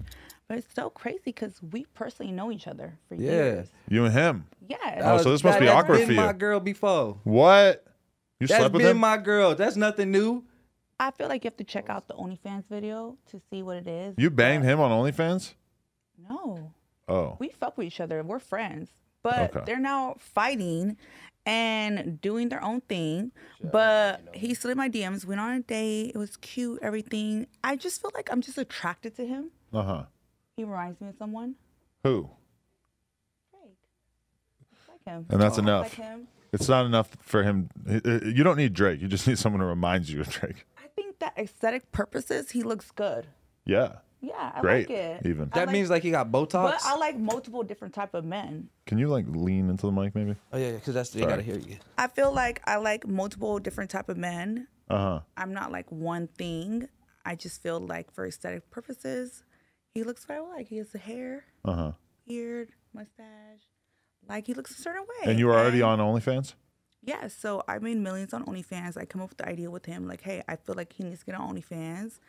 E: But it's so crazy because we personally know each other for
C: Yeah.
E: years.
A: You and him.
E: Yeah.
A: Oh, so this must
C: That-
A: be
C: that's
A: awkward
C: been
A: for you.
C: my girl before.
A: What? You
C: That's
A: slept with
C: been
A: him?
C: my girl. That's nothing new.
E: I feel like you have to check out the OnlyFans video to see what it is.
A: you banged him on OnlyFans?
E: No.
A: Oh.
E: We fuck with each other. We're friends. But
A: Okay.
E: they're now fighting and doing their own thing. but he slid in my DMs, went on a date. It was cute, everything. I just feel like I'm just attracted to him.
A: Uh huh.
E: He reminds me of someone.
A: Who?
E: Drake. I like him.
A: And that's
E: I
A: enough.
E: like him.
A: It's not enough for him. uh, You don't need Drake. You just need someone who reminds you of Drake.
E: I think that aesthetic purposes, he looks good.
A: Yeah.
E: Yeah, I
A: Great.
E: like it.
A: Even.
E: I
C: That
E: like-
C: means like he got Botox.
E: But I like multiple different type of men.
A: Can you like lean into the mic maybe?
C: oh yeah, because that's they
A: Sorry.
C: gotta hear you.
E: I feel like I like multiple different type of men.
A: Uh huh.
E: I'm not like one thing. I just feel like for aesthetic purposes, he looks what I like. He has the hair,
A: Uh huh.
E: beard, mustache. Like he looks a certain way.
A: And you were already on OnlyFans?
E: Yeah, so I made millions on OnlyFans. I come up with the idea with him, like, hey, I feel like he needs to get on OnlyFans.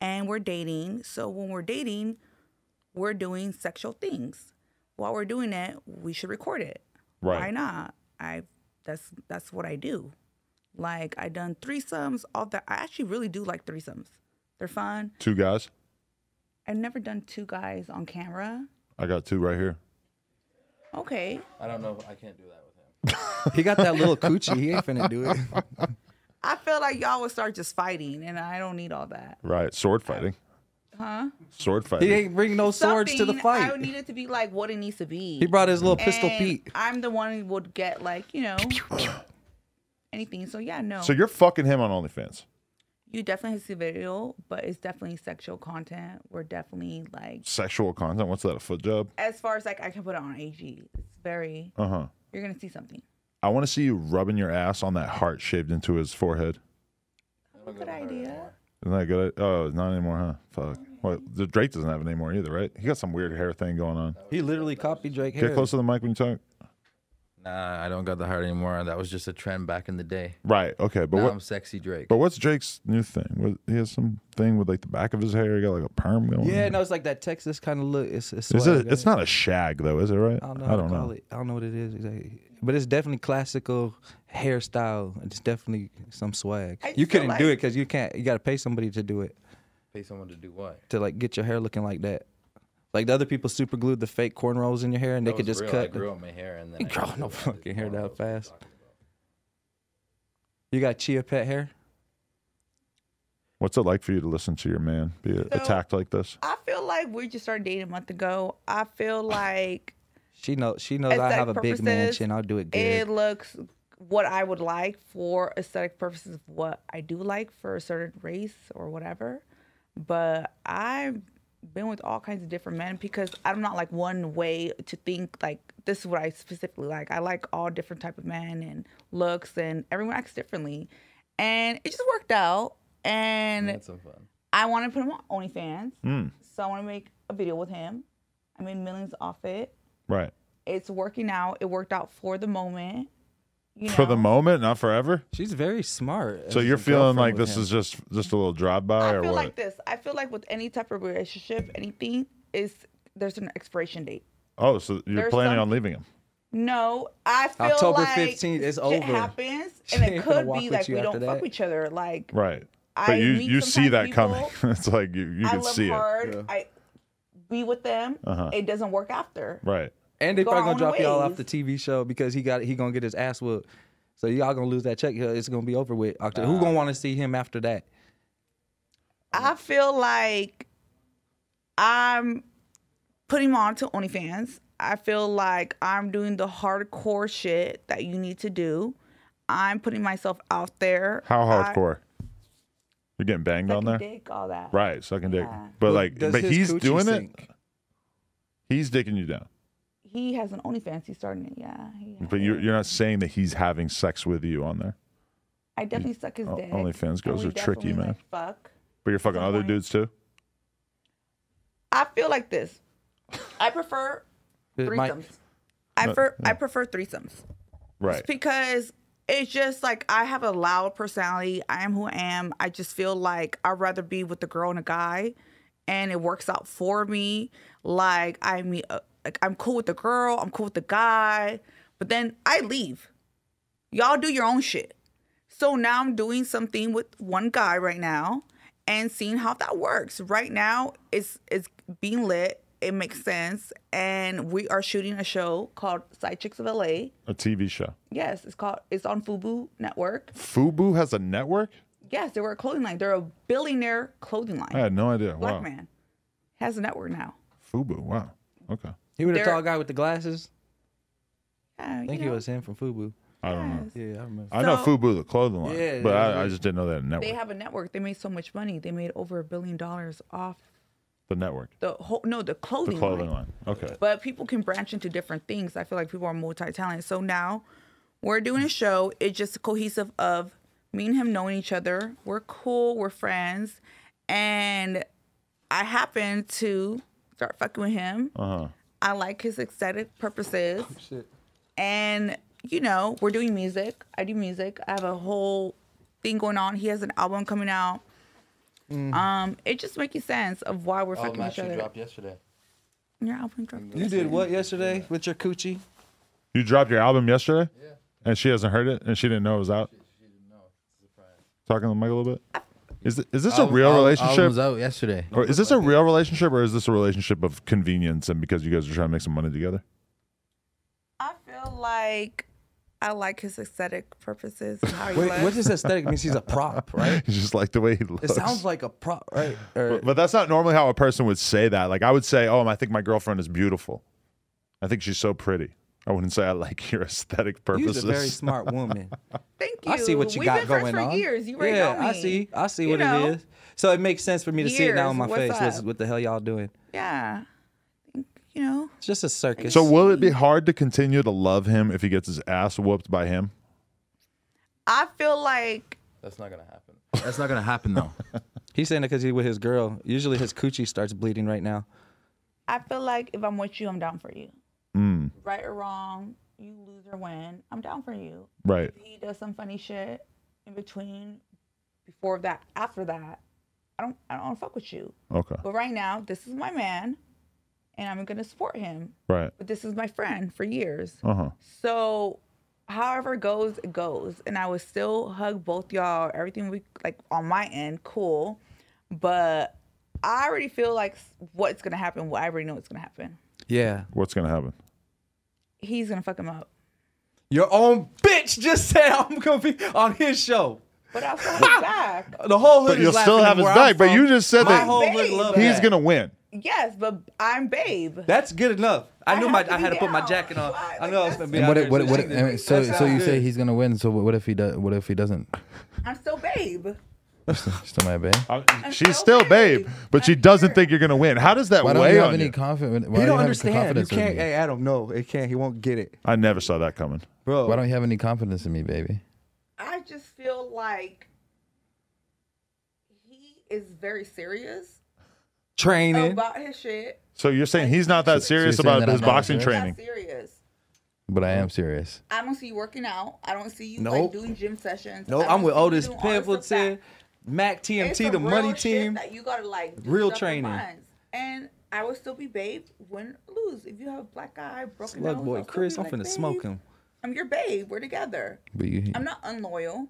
E: And we're dating. So when we're dating, we're doing sexual things. While we're doing it, we should record it.
A: Right.
E: Why not? I that's that's what I do. Like I done threesomes, all that I actually really do like threesomes. They're fun.
A: Two guys.
E: I've never done two guys on camera.
A: I got two right here.
E: Okay.
B: I don't know. I can't do that with him.
C: He got that little coochie. He ain't finna do it.
E: I feel like y'all would start just fighting and I don't need all that.
A: Right. Sword fighting.
E: Huh?
A: Sword fighting.
C: He ain't bring no swords to the
E: something, I
C: fight.
E: needed to be like what it needs to be.
C: he brought his little pistol
E: And
C: Pete.
E: I'm the one who would get like, you know, anything. So yeah, no.
A: So you're fucking him on OnlyFans.
E: you definitely see video, but it's definitely sexual content. We're definitely like
A: Sexual content. What's that? A foot job?
E: as far as like I can put it on AG. It's very
A: Uh huh.
E: you're gonna see something.
A: I want to see you rubbing your ass on that heart shaved into his forehead.
E: Good idea.
A: Isn't that good? Oh, not anymore, huh? Fuck. Well, the Drake doesn't have it anymore either, right? He got some weird hair thing going on.
C: He literally copied Drake
A: Get
C: hair.
A: close to the mic when you talk.
B: Nah, I don't got the heart anymore. That was just a trend back in the day.
A: Right. Okay. But
B: now
A: what?
B: I'm sexy Drake.
A: But what's Drake's new thing? What, he has some thing with like the back of his hair. He got like a perm going.
C: Yeah,
A: on.
C: no, it's like that Texas kind of look. It's it's,
A: Is
C: swag,
A: it? It's
C: right?
A: not a shag though, is it? Right?
C: I don't know. how to call It. I don't know what it is exactly, but it's definitely classical hairstyle. It's definitely some swag.
E: I just
C: You
E: feel
C: couldn't do it
E: like-
C: because you can't. You gotta pay somebody to do it
B: Pay someone to do what?
C: to like get your hair looking like that. Like the other people super glued the fake cornrows in your hair and they could just
B: I
C: cut. the-
B: grew out my hair and then.
C: You
B: I
C: grow
B: just grew
C: no
B: out
C: fucking hair
B: the-
C: that fast. You got chia pet hair.
A: What's it like for you to listen to your man be attacked like this?
E: I feel like we just started dating a month ago. I feel like
C: She knows. She knows I
E: Aesthetic
C: have a big man
E: purposes,
C: chin. I'll do it good.
E: it looks what I would like for aesthetic purposes, what I do like for a certain race or whatever. But I've been with all kinds of different men because I'm not like one way to think like this is what I specifically like. I like all different type of men and looks and everyone acts differently. And it just worked out. And
B: That's so fun.
E: I want to put him on OnlyFans.
A: Hmm.
E: So I want to make a video with him. I made millions off it.
A: Right.
E: It's working out. It worked out for the moment. You know?
A: For the moment, not forever.
C: She's very smart.
A: So
C: as
A: you're
C: a
A: feeling
C: girlfriend
A: like
C: with
A: this
C: him.
A: is just just a little drive by
E: I
A: or
E: feel
A: what?
E: like this. I feel like with any type of relationship, anything is there's an expiration date.
A: oh, so you're
E: there's
A: planning
E: some-
A: on leaving him?
E: No, I feel
C: October
E: like
C: 15th is
E: shit
C: over.
E: happens,
C: She
E: and
C: ain't
E: it
C: gonna
E: could
C: walk
E: be
C: with
E: like
C: you
E: we
C: after
E: don't
C: that.
E: fuck each other. Like
A: Right.
E: I
A: But you
E: meet
A: you see
E: sometimes
A: that coming.
E: people-
A: it's like you you
E: I
A: can
E: love
A: see
E: hard. I be with them.
A: Uh-huh.
E: It doesn't work after.
A: it. Right.
C: And they
E: go
C: probably
E: our
C: gonna drop
E: own
C: y'all off
E: ways.
C: the TV show because he got he gonna get his ass whooped. So y'all gonna lose that check. It's gonna be over with. October. Who gonna want to see him after that?
E: I feel like I'm putting him on to OnlyFans. I feel like I'm doing the hardcore shit that you need to do. I'm putting myself out there.
A: How
E: I-
A: hardcore? You're getting banged on
E: Sucking
A: there,
E: dick, all that.
A: right? Sucking dick,
E: Yeah.
A: but
C: Well,
A: like,
C: does
A: but
C: his
A: he's
C: coochie
A: doing it.
C: stink?
A: He's dicking you down,
E: He has an OnlyFans. He's starting it. Yeah. he has
A: but you're
E: it.
A: you're not saying that he's having sex with you on there.
E: I definitely suck his
A: O-
E: dick.
A: OnlyFans
E: and
A: girls
E: we
A: are tricky,
E: definitely,
A: man.
E: like, fuck.
A: But you're fucking other dudes
E: Sometimes.
A: too.
E: I feel like this. I prefer
C: It
E: threesomes.
C: might-
E: I prefer I prefer threesomes.
A: Right.
E: because it's just like I have a loud personality. I am who I am. I just feel like I'd rather be with a girl and a guy, and it works out for me. Like I mean, uh, like I'm cool with the girl. I'm cool with the guy, but then I leave. Y'all do your own shit. So now I'm doing something with one guy right now and seeing how that works. Right now it's it's being lit. It makes sense. And we are shooting a show called Side Chicks of LA.
A: A TV show.
E: Yes, it's called. It's on Fubu Network.
A: Fubu has a network.
E: Yes, they were a clothing line. They're a billionaire clothing line.
A: I had no idea.
E: Black
A: wow.
E: man has a network now.
A: Fubu. Wow. Okay.
C: He would
E: There-
C: have tall guy with the glasses.
E: Yeah,
C: I think
E: you
C: he
E: know,
C: was him from Fubu.
A: I don't know.
C: Yeah, I remember.
A: I know
E: So-
A: Fubu, the clothing line,
C: Yeah,
A: but
C: yeah,
A: I, I
C: yeah.
A: just didn't know that network.
E: They have a network. They made so much money. They made over a billion dollars off
A: the network,
E: the whole. No, the
A: the
E: clothing,
A: clothing
E: line.
A: line. Okay.
E: But people can branch into different things. I feel like people are multi-talented. So now we're doing a show. It's just cohesive of me and him knowing each other. We're cool. We're friends, and I happen to start fucking with him.
A: Uh huh.
E: I like his aesthetic purposes. And, you know, we're doing music. I do music. I have a whole thing going on. He has an album coming out.
C: Mm.
E: Um, it just making sense of why we're fucking each other.
B: yesterday.
E: Your album dropped.
C: You did what yesterday with your coochie?
A: You dropped your album yesterday. Yeah. And she hasn't heard it, and she didn't know it was out. She, didn't know. Talking to Mike a little bit. Is th- is this a real relationship?
B: was out yesterday.
A: Or is this a real relationship, or is this a relationship of convenience and because you guys are trying to make some money together?
E: I feel like I like his aesthetic purposes and how he
C: Wait,
E: looks.
C: what does aesthetic means? He's a prop, right?
A: You just like the way he looks.
C: It sounds like a prop, right? Or,
A: But that's not normally how a person would say that. Like I would say, "Oh, I think my girlfriend is beautiful. I think she's so pretty." I wouldn't say I like your aesthetic
C: you're
A: purposes.
C: a very smart woman.
E: Thank you.
C: I see what you
E: We've
C: got
E: been friends
C: going
E: for
C: on.
E: years. You already
C: yeah,
E: know me.
C: I see. I see
E: You
C: what
E: know?
C: it is. So it makes sense for me to see it now in my
E: Years. What's
C: face. This is
E: up?
C: what the hell y'all doing?
E: Yeah. You know,
C: It's just a circus.
A: so will it be hard to continue to love him if he gets his ass whooped by him?
E: I feel like
B: That's not gonna happen. That's not gonna happen though.
C: he's saying that because he's with his girl. Usually his coochie starts bleeding right now.
E: I feel like if I'm with you, I'm down for you.
A: Mm,
E: Right or wrong, you lose or win, I'm down for you.
A: Right.
E: If he does some funny shit in between, before that, after that, I don't, I don't fuck with you.
A: Okay.
E: But right now, this is my man, and I'm gonna support him.
A: Right.
E: But this is my friend for years.
A: Uh huh.
E: So, however it goes, it goes, and I would still hug both y'all. Everything we like on my end, cool. But I already feel like s- what's gonna happen. Well, I already know what's gonna happen.
C: Yeah.
A: What's gonna happen?
E: He's gonna fuck him up.
C: Your own bitch just said I'm gonna be on his show.
E: But I'll still have his back.
C: The whole hood
A: But
C: is
A: you'll
C: laughing
A: still
C: at
A: have his
C: where I'm
A: back, but
C: from.
A: you just said
C: My
A: that
C: whole hood
E: Babe.
C: love
A: he's
C: that.
A: gonna win.
E: Yes, but I'm babe.
C: That's good enough. I,
E: I
C: knew
E: have
C: my
E: to
C: I
E: be
C: had to put my
E: down.
C: jacket on.
E: Why?
C: I
E: Like,
C: know I was
E: that's-
C: gonna be
B: and
C: out
B: what?
C: there.
B: If, what,
C: just
B: what
C: singing.
B: I mean, so,
C: That
B: so you
C: sounds
B: say
C: good.
B: he's gonna win. So what, what if he does? What if he doesn't?
E: I'm still babe.
B: Still my babe.
A: Uh, She's still
E: still
A: babe,
E: babe.
A: but she doesn't think you're gonna win. How does that
B: Why don't
A: weigh
B: you have
A: on
B: any
A: you?
B: confidence?
C: He don't understand. You can't. Hey, Adam, no, it can't. He won't get it,
A: I never saw that coming.
C: bro.
B: Why don't you have any confidence in me, baby?
E: I just feel like he is very serious
C: Training.
E: about his shit.
A: So you're saying he's not that serious
B: you're saying
A: about
B: that
A: his
B: I'm not
A: boxing
B: serious?
A: training?
E: Not serious.
B: But I am serious.
E: I don't see you working out. I don't see you like
C: Nope.
E: doing gym sessions.
C: No,
E: I don't
C: I'm with
E: see you
C: Otis
E: doing all this stuff
C: Pimpleton,
E: that-
C: Mac
E: It's
C: TMT,
E: some
C: the
E: real
C: money
E: shit
C: team.
E: that you gotta like do
C: Real
E: stuff for
C: training.
E: months. And I will still be babe, win or lose. If you have a black eye, broken nose,
C: Slug boy,
E: I'll still
C: Chris,
E: be
C: I'm
E: like,
C: finna
E: "Babe,
C: smoke him.
E: I'm your babe. We're together.
B: But you,
E: I'm not unloyal,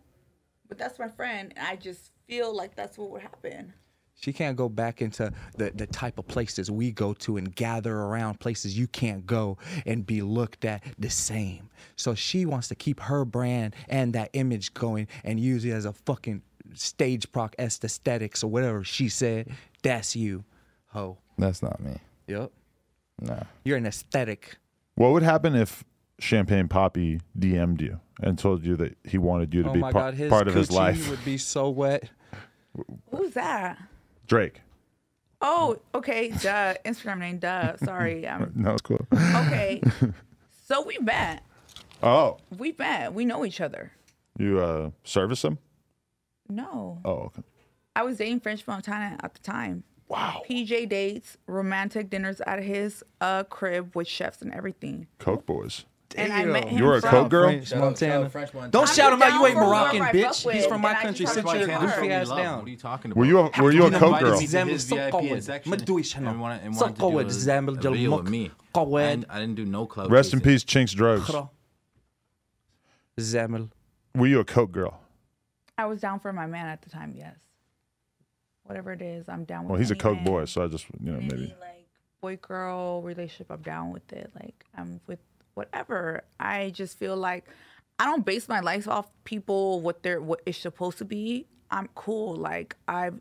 E: but that's my friend, and I just feel like that's what would happen.
C: She can't go back into the, the type of places we go to and gather around places you can't go and be looked at the same. So she wants to keep her brand and that image going and use it as a fucking stage proc aesthetics or whatever she said. That's you, ho.
B: That's not me.
C: Yep.
B: No.
C: You're an aesthetic.
A: What would happen if Champagne Poppy DM'd you and told you that he wanted you to
C: Oh
A: be
C: my
A: par-
C: God, his
A: part of his
C: coochie
A: life?
C: would be so wet.
E: Who's that?
A: Drake.
E: Oh, okay. Duh. Instagram name. Duh. Sorry. Um,
A: No, it's cool.
E: okay. So we met.
A: Oh,
E: We met. We know each other.
A: you uh, service him?
E: No.
A: Oh, okay.
E: I was dating French Montana at the time. Wow. PJ dates, romantic dinners at his uh, crib with chefs and everything.
A: Coke boys.
E: And I met him.
A: You were a
E: from-
A: Coke girl?
C: French Oh, Montana.
F: French Montana.
C: Don't
E: I'm
C: shout him out.
E: down
C: You ain't
E: for
C: Moroccan,
E: whoever I fuck
C: bitch. He's
E: with,
C: from my
E: and I
C: country.
E: just
C: Sit
E: fucking
C: your
E: love
C: goofy
E: him.
C: ass
F: What are you
C: down.
F: talking about?
A: Were you a were you a
F: He
A: Coke
F: invited
A: girl?
F: me to his
C: Zambo
F: VIP
C: Sokowe.
F: section
C: Madwish,
F: and
C: hello.
F: wanted- and wanted to do
C: Sokowe,
F: a-
C: Zambo
F: a
C: Jalmuk.
F: video with me.
C: Sokowe.
F: I didn't- I didn't do no club.
A: Rest in
F: chasing.
A: peace, Chinks Drugs.
C: Zamil.
A: Were you a Coke girl?
E: I was down for my man at the time, yes. Whatever it is, I'm down with
A: Well, he's a
E: any
A: Coke
E: man.
A: boy, so I just you know
E: Any,
A: maybe.
E: like boy girl relationship, I'm down with it. Like I'm with whatever. I just feel like I don't base my life off people what they're what it's supposed to be. I'm cool. Like I've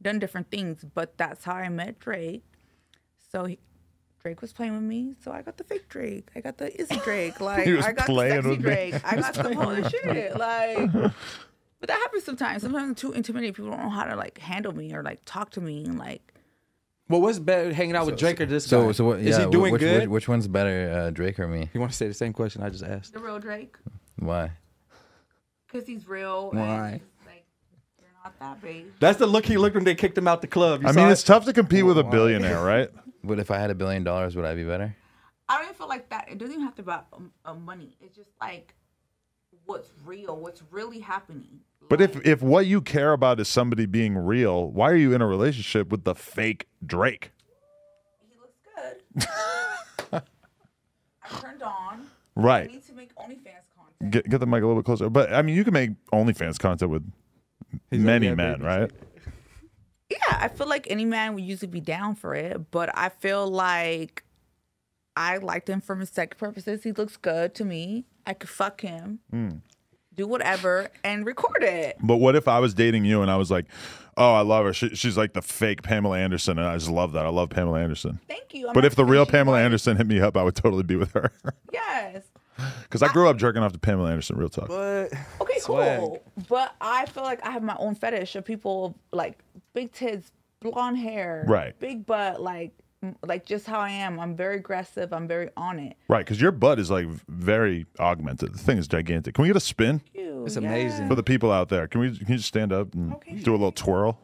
E: done different things, but that's how I met Drake. So he, Drake was playing with me, so I got the fake Drake. I got the Izzy Drake. Like
A: was
E: I got the
A: playing
E: sexy
A: with me.
E: Drake. I got some holy shit. Like but that happens sometimes. Sometimes I'm too intimidated. People don't know how to like handle me or like talk to me and like
C: Well, what's better, hanging out with Drake or this
B: So
C: guy?
B: so what? Yeah,
C: Is he
B: wh-
C: doing
B: which,
C: good?
B: Which, which one's better, uh, Drake or me?
C: you want to say the same question I just asked?
E: the real Drake.
B: Why?
E: Because he's real.
C: Why?
E: And he's like, you're not that big.
C: That's the look he looked when they kicked him out the club. You
A: I
C: saw
A: mean,
C: it?
A: it's tough to compete with a billionaire, right?
B: But if I had a billion dollars, would I be better?
E: I don't even feel like that. It doesn't even have to be about um, uh, money. It's just like what's real, what's really happening.
A: But if if what you care about is somebody being real, why are you in a relationship with the fake Drake?
E: He looks good. I'm turned on. I
A: Right.
E: need to make OnlyFans content.
A: Get get the mic a little bit closer. But I mean, you can make OnlyFans content with many
C: yeah,
A: men,
C: baby.
A: right?
E: Yeah, I feel like any man would usually be down for it, but I feel like I liked him for mistake purposes. He looks good to me. I could fuck him,
A: Hmm.
E: do whatever, and record it.
A: But what if I was dating you and I was like, "Oh, I love her. She, she's like the fake Pamela Anderson, and I just love that. I love Pamela Anderson."
E: Thank you. I'm
A: But
E: not
A: if the real
E: saying she
A: Pamela
E: wasn't.
A: Anderson hit me up, I would totally be with her.
E: Yes.
A: Because I grew up jerking off to Pamela Anderson, real talk.
C: But
E: Okay,
C: Swag.
E: cool. But I feel like I have my own fetish of people like big tits, blonde hair,
A: Right.
E: big butt, like m- like just how I am. I'm very aggressive. I'm very on it.
A: Right, because your butt is like very augmented. The thing is gigantic. Can we get a spin
E: Ew,
C: It's amazing.
A: for the people out there? Can we? Can you just stand up and do a little twirl?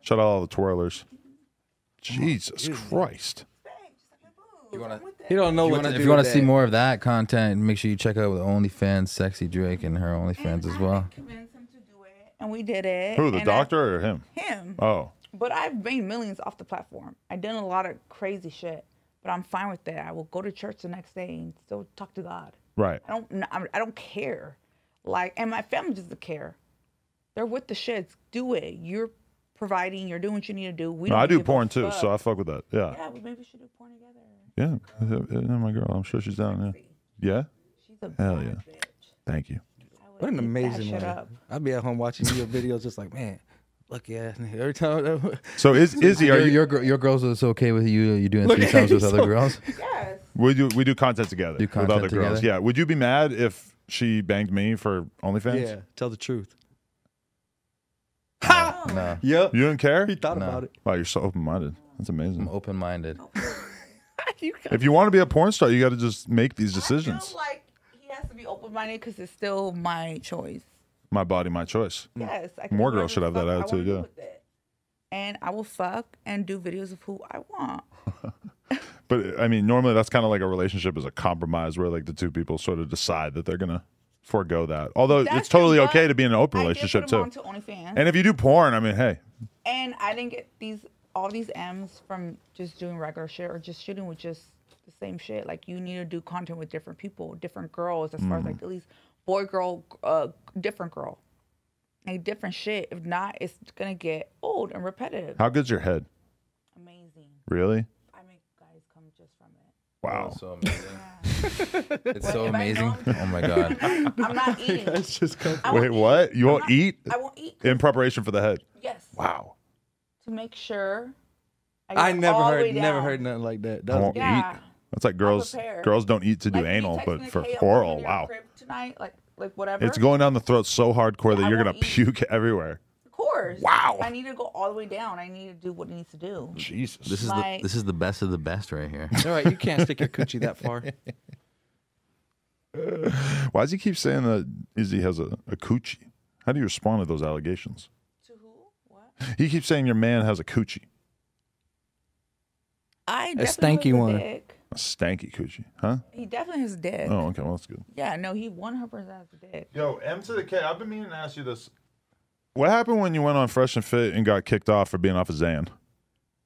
A: Shut out all the twirlers. Jesus Christ!
E: You wanna,
C: he don't know
B: If you
C: what
B: wanna-
C: to
B: if
C: do
B: you want
C: with
B: to see
C: that.
B: more of that content, make sure you check out the OnlyFans, Sexy Drake, and her OnlyFans as well.
E: Convince him to do it, and we did it.
A: Who, the
E: and I-
A: doctor or him?
E: him.
A: Oh,
E: But I've made millions off the platform. I've done a lot of crazy shit, but I'm fine with that. I will go to church the next day and still talk to God.
A: right.
E: I don't. kn- I'm- I don't care. Like, and my family doesn't care. They're with the shits. Do it. You're providing. You're doing what you need to do. We.
A: No,
E: don't
A: I do
E: give a
A: porn too, so I
E: fuck.
A: fuck with that. Yeah,
E: Yeah, well, maybe we should do porn together.
A: yeah. yeah. my girl, I'm sure she's down. Yeah, yeah.
E: She's a
A: Hell
E: bad
A: yeah.
E: bitch.
A: Thank you.
C: What an
E: Eat that
C: amazing
E: shit
C: one.
E: up.
C: I'd be at home watching your videos, just like, man, look yeah. Every time,
A: So is Izzy? Are
B: Your,
A: you?
B: your gir- your girls is okay with you? You doing
C: Look
B: three
C: at
B: times
C: him,
B: with other
C: so-
B: girls?
E: Yes.
A: We do. We do content together
B: Do
A: with
B: content
A: other girls.
B: together?
A: Yeah. Would you be mad if she banged me for OnlyFans?
C: yeah, tell the truth.
B: No,
C: Yep.
A: You didn't care?
C: He thought
B: No.
C: about it.
A: Wow, you're so open-minded. That's amazing.
B: I'm open-minded.
A: If you want to be a porn star, you got to just make these
E: I
A: decisions.
E: feel like he has to be open minded because it's still my choice.
A: My body, my choice.
E: Yes. I can
A: Mm. More
E: do
A: girls should have
E: whatever
A: that
E: the fuck I
A: attitude,
E: wanna
A: yeah.
E: do with it. And I will fuck and do videos of who I want.
A: But I mean, normally that's kind of like a relationship is a compromise where like the two people sort of decide that they're gonna forego that. Although it's
E: That's
A: totally
E: what
A: okay to be in an open
E: I did
A: relationship
E: put him
A: too.
E: onto OnlyFans.
A: And if you do porn, I mean, hey,
E: And I didn't get these all these M's from just doing regular shit or just shooting with just the same shit. Like you need to do content with different people, different girls, as far as
A: Mm.
E: like at least boy, girl, uh, different girl, like different shit. If not, it's gonna get old and repetitive.
A: how good's your head?
E: Amazing.
A: Really?
E: I make guys come just from it.
A: Wow.
B: It's so amazing. it's so
E: if I
B: amazing.
E: don't-
B: Oh my god.
E: I'm not eating. I
A: Wait,
E: won't
A: what? You won't
E: not-
A: eat
E: I won't eat.
A: in preparation for the head?
E: Yes.
A: Wow.
E: To make sure. get
C: I never
E: all the
C: heard
E: way
C: never
E: down.
C: heard nothing like that.
A: I
C: That was
A: won't
E: Yeah.
A: eat. That's like girls.
E: prepare.
A: Girls don't eat to do
E: Like, me
A: anal,
E: texting
A: but
E: the
A: for
E: kid, I'm coming
A: oral,
E: to your
A: wow.
E: crib Tonight, like, like whatever.
A: It's going down the throat so hardcore that
E: I
A: you're gonna
E: won't eat.
A: puke everywhere.
E: Of course.
A: Wow.
E: I need to go all the way down. I need to do what it needs to do.
A: Jesus.
F: This is
E: My-
F: the this is the best of the best right here.
C: all right. You can't stick your coochie that far.
A: Why does he keep saying that Izzy has a, a coochie? How do you respond to those allegations?
E: To who? What?
A: He keeps saying your man has a coochie,
E: I
C: A
E: definitely
C: stanky
E: has a
C: one.
E: dick.
A: a stanky coochie, huh?
E: He definitely has a dick.
A: Oh, okay. Well, that's good.
E: Yeah, no, he 100% has a dick.
A: Yo, M to the K. I've been meaning to ask you this. What happened when you went on Fresh and Fit and got kicked off for being off of Zan?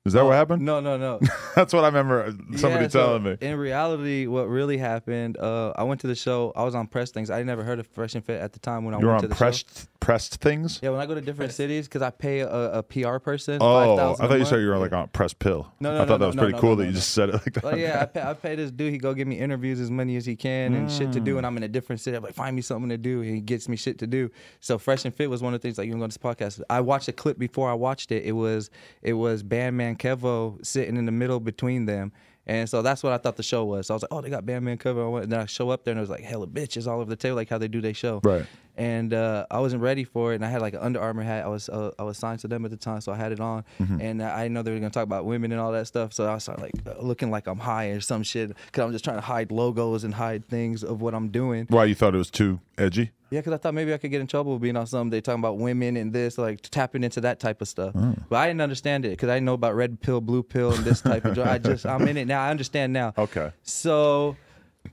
A: Is that what happened?
C: No, no, Oh, no.
A: That's what I remember somebody
C: Yeah, so
A: telling me.
C: In reality, what really happened? Uh, I went to the show. I was on press things. I never heard of Fresh and Fit at the time when I
A: You were
C: went
A: on
C: to the show.
A: pressed pressed things.
C: Yeah, when I go to different cities, because I pay a, a PR person.
A: Oh, I
C: 5,000 a
A: thought you said
C: month.
A: you were like on a press pill.
C: No, no,
A: I
C: no,
A: thought that
C: no,
A: was
C: no,
A: pretty
C: no,
A: cool
C: no,
A: that
C: no,
A: you
C: no.
A: just said it like that.
C: Well, yeah, I pay, I pay this dude. He go give me interviews as many as he can and shit to do,
A: Mm.
C: and I'm in a different city. I'm like, find me something to do, and he gets me shit to do. So fresh and fit was one of the things. Like you can go to this podcast. I watched a clip before I watched it. It was it was Bandman Kevo sitting in the middle between them. And so that's what I thought the show was. So I was like, oh, they got Bandman Kevo. And then I show up there and it was like, hella bitches all over the table, like how they do their show.
A: Right.
C: And uh, I wasn't ready for it. And I had like an Under Armour hat. I was uh, I was signed to them at the time, so I had it on. And I didn't know they were gonna talk about women and all that stuff. So I started like uh, looking like I'm high or some shit, cause I'm just trying to hide logos and hide things of what I'm doing.
A: Why you thought it was too edgy?
C: Yeah, because I thought maybe I could get in trouble being on something. They talking about women and this, like tapping into that type of stuff. But I didn't understand it because I didn't know about red pill, blue pill, and this type of. dr- I just I'm in it now. I understand now.
A: Okay.
C: So